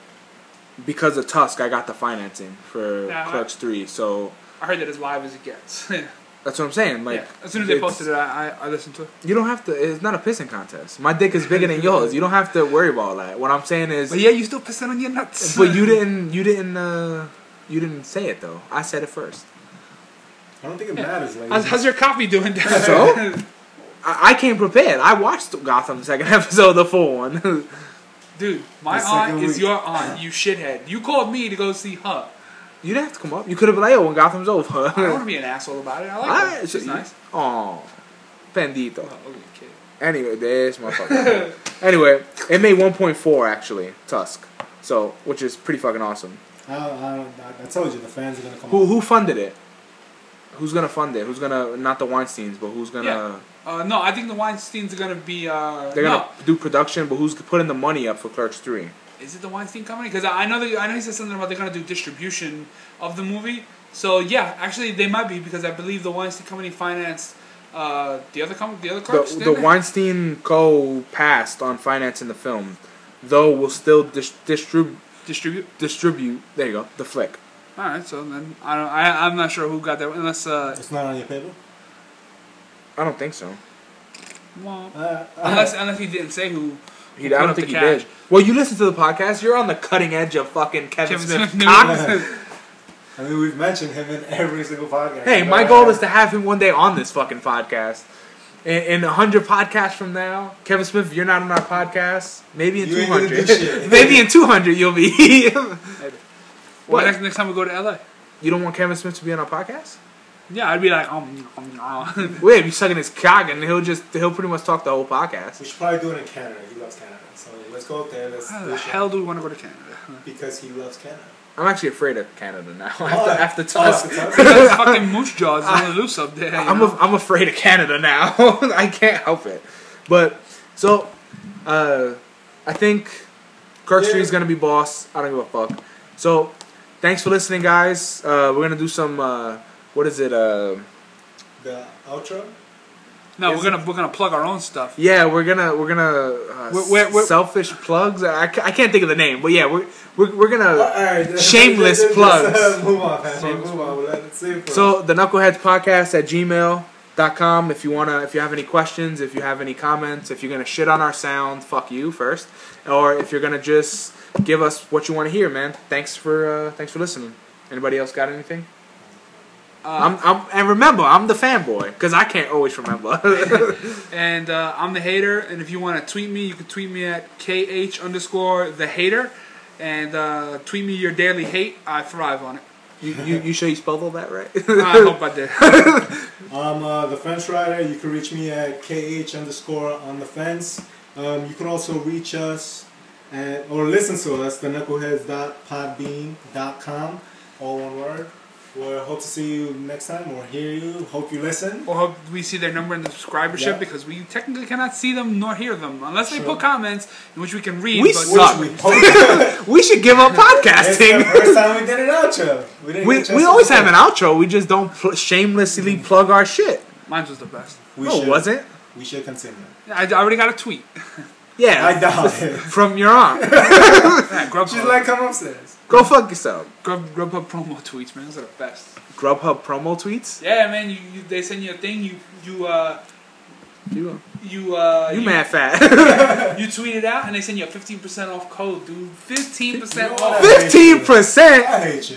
because of Tusk, I got the financing for
Yeah, I-
Clerks Three. So
I heard that as live as it gets. [laughs] yeah.
that's what I'm saying. Like
As soon as they
it's-
posted it, I, I, I listened to it.
You don't have to. It's not a pissing contest. My dick is bigger than yours. You don't have to worry about that. What I'm saying is,
But yeah, you still pissing on your [laughs] nuts.
but you didn't. You didn't. Uh, you didn't say it though. I said it first.
I don't think it
[laughs]
matters.
How's,
Like,
how's your copy doing? down there?
So?
[laughs]
I, I came prepared. I watched Gotham the second [laughs] episode, the full one. [laughs]
dude, my
The second
aunt is
week.
your aunt. You shithead. You called me to go see her.
you didn't have to come up. You could have been like, "Yo, when Gotham's over." [laughs]
I don't want to be an asshole about it. I like her. She's nice.
Oh, bendito.
Oh, okay, kid.
Anyway, this motherfucker. anyway, it made 1.4 actually. Tusk. So, which is pretty fucking awesome.
I, I, don't- I, I told you the fans are gonna come.
Who
out.
who funded it? Who's gonna fund it? Who's gonna not the Weinstein's, but who's gonna
Yeah. Uh, no, I think the Weinsteins are gonna be. Uh,
they're gonna
no,
do production? But who's putting the money up for Clerks Three?
is it the Weinstein company? Because I I know that I know he said something about they're gonna do distribution of the movie. So yeah, actually they might be because I believe the Weinstein company financed uh, the other company, the other clerks.
The, the
didn't they?
Weinstein Co. passed on financing the film, though will still dis- distrib-
distribute.
distribute. There you go, the flick.
All right, so then I don't. I, I'm not sure who got that unless.
[laughs]
Uh,
It's not on your paper.
I don't think so.
well,
Uh,
unless unless he didn't say who.
He,
put
I don't
up
think
the
he
cash.
did. Well, you listen to the podcast. You're on the cutting edge of fucking Kevin,
Kevin
Smith. Ah!
Smith. [laughs]
cock.
I mean, we've mentioned him in every single podcast.
hey, my goal is to have him one day on this fucking podcast. In- In a hundred podcasts from now, Kevin Smith, you're not on our podcast. Maybe in
You
two
ain't gonna do
hundred. [laughs]
shit.
Maybe in two hundred, you'll be. [laughs]
Well,
What?
next, next time we go to LA.
you don't want Kevin Smith to be on our podcast?
Yeah, I'd be like, um, um, um. [laughs]
Wait, he's sucking his cock, and he'll just he'll pretty much talk the whole podcast.
We should probably do it in Canada. He loves Canada, so let's go up there. Let's
how
do
the
shit.
hell do we want to go to Canada?
because he loves Canada.
I'm actually afraid of Canada now. [laughs]
Oh,
after after
oh,
Tusk,
after
[laughs]
Tusk.
Those fucking moose jaws are loose up there. you
I'm
know?
a, I'm afraid of Canada now. [laughs] I can't help it. But so, uh, I think Kirk
Yeah.
Street is gonna be boss. I don't give a fuck. So, thanks for listening, guys. Uh, we're gonna do some. Uh, what is it? Uh,
The
[laughs]
outro.
no,
is
we're gonna we're gonna plug our own stuff.
yeah, we're gonna we're gonna uh,
We're- we're- we're-
selfish plugs. I, ca- I can't think of the name, but yeah, we're we're, we're gonna.
All [laughs] right,
Shameless
let's-
plugs.
let's, uh, move on, man.
Shameless
move on. Let's see. if-
So the Knuckleheads Podcast at Gmail. Dot com if you wanna if you have any questions if you have any comments if you're gonna shit on our sound fuck you first or if you're gonna just give us what you want to hear man thanks for uh, thanks for listening anybody else got anything I'm, I'm and remember I'm the fanboy because I can't always remember [laughs]
And uh, I'm the hater. And if you want to tweet me, you can tweet me at kh underscore the hater, and uh, tweet me your daily hate. I thrive on it.
you, you you sure you spelled all that right
[laughs] I hope I did.
I'm uh, the fence rider. You can reach me at kh underscore on the fence. Um, you can also reach us at, or listen to us, the knuckleheads.podbean.com, all one word. We hope to see you next time or hear you. Hope you listen.
Or hope we see their number in the subscribership
Yeah.
because we technically cannot see them nor hear them unless they
Sure.
put comments in which we can read.
We
but
suck. [laughs]
Which we hope.
[laughs] we should give [laughs] up
it's the
podcasting
first time we did an outro. We, didn't
we
get a chance
we
to
always
do
have an
that.
outro we just don't pl- shamelessly plug our shit
Mine was the best.
We
no it
should-
wasn't
We should continue.
I, I already got a tweet.
yeah
I doubt
[laughs]
it.
from your aunt.
Yeah, Grubhub,
She's like, come upstairs.
Go fuck yourself.
Grub, Grubhub promo tweets, man. Those are the best.
Grubhub promo tweets.
Yeah, man. You, you they send you a thing. You you uh
You,
you uh
you mad fat.
you tweet it out and they send you a fifteen percent off code, dude. Fifteen percent
You know
off.
what?
[laughs] Fifteen percent.
I hate you.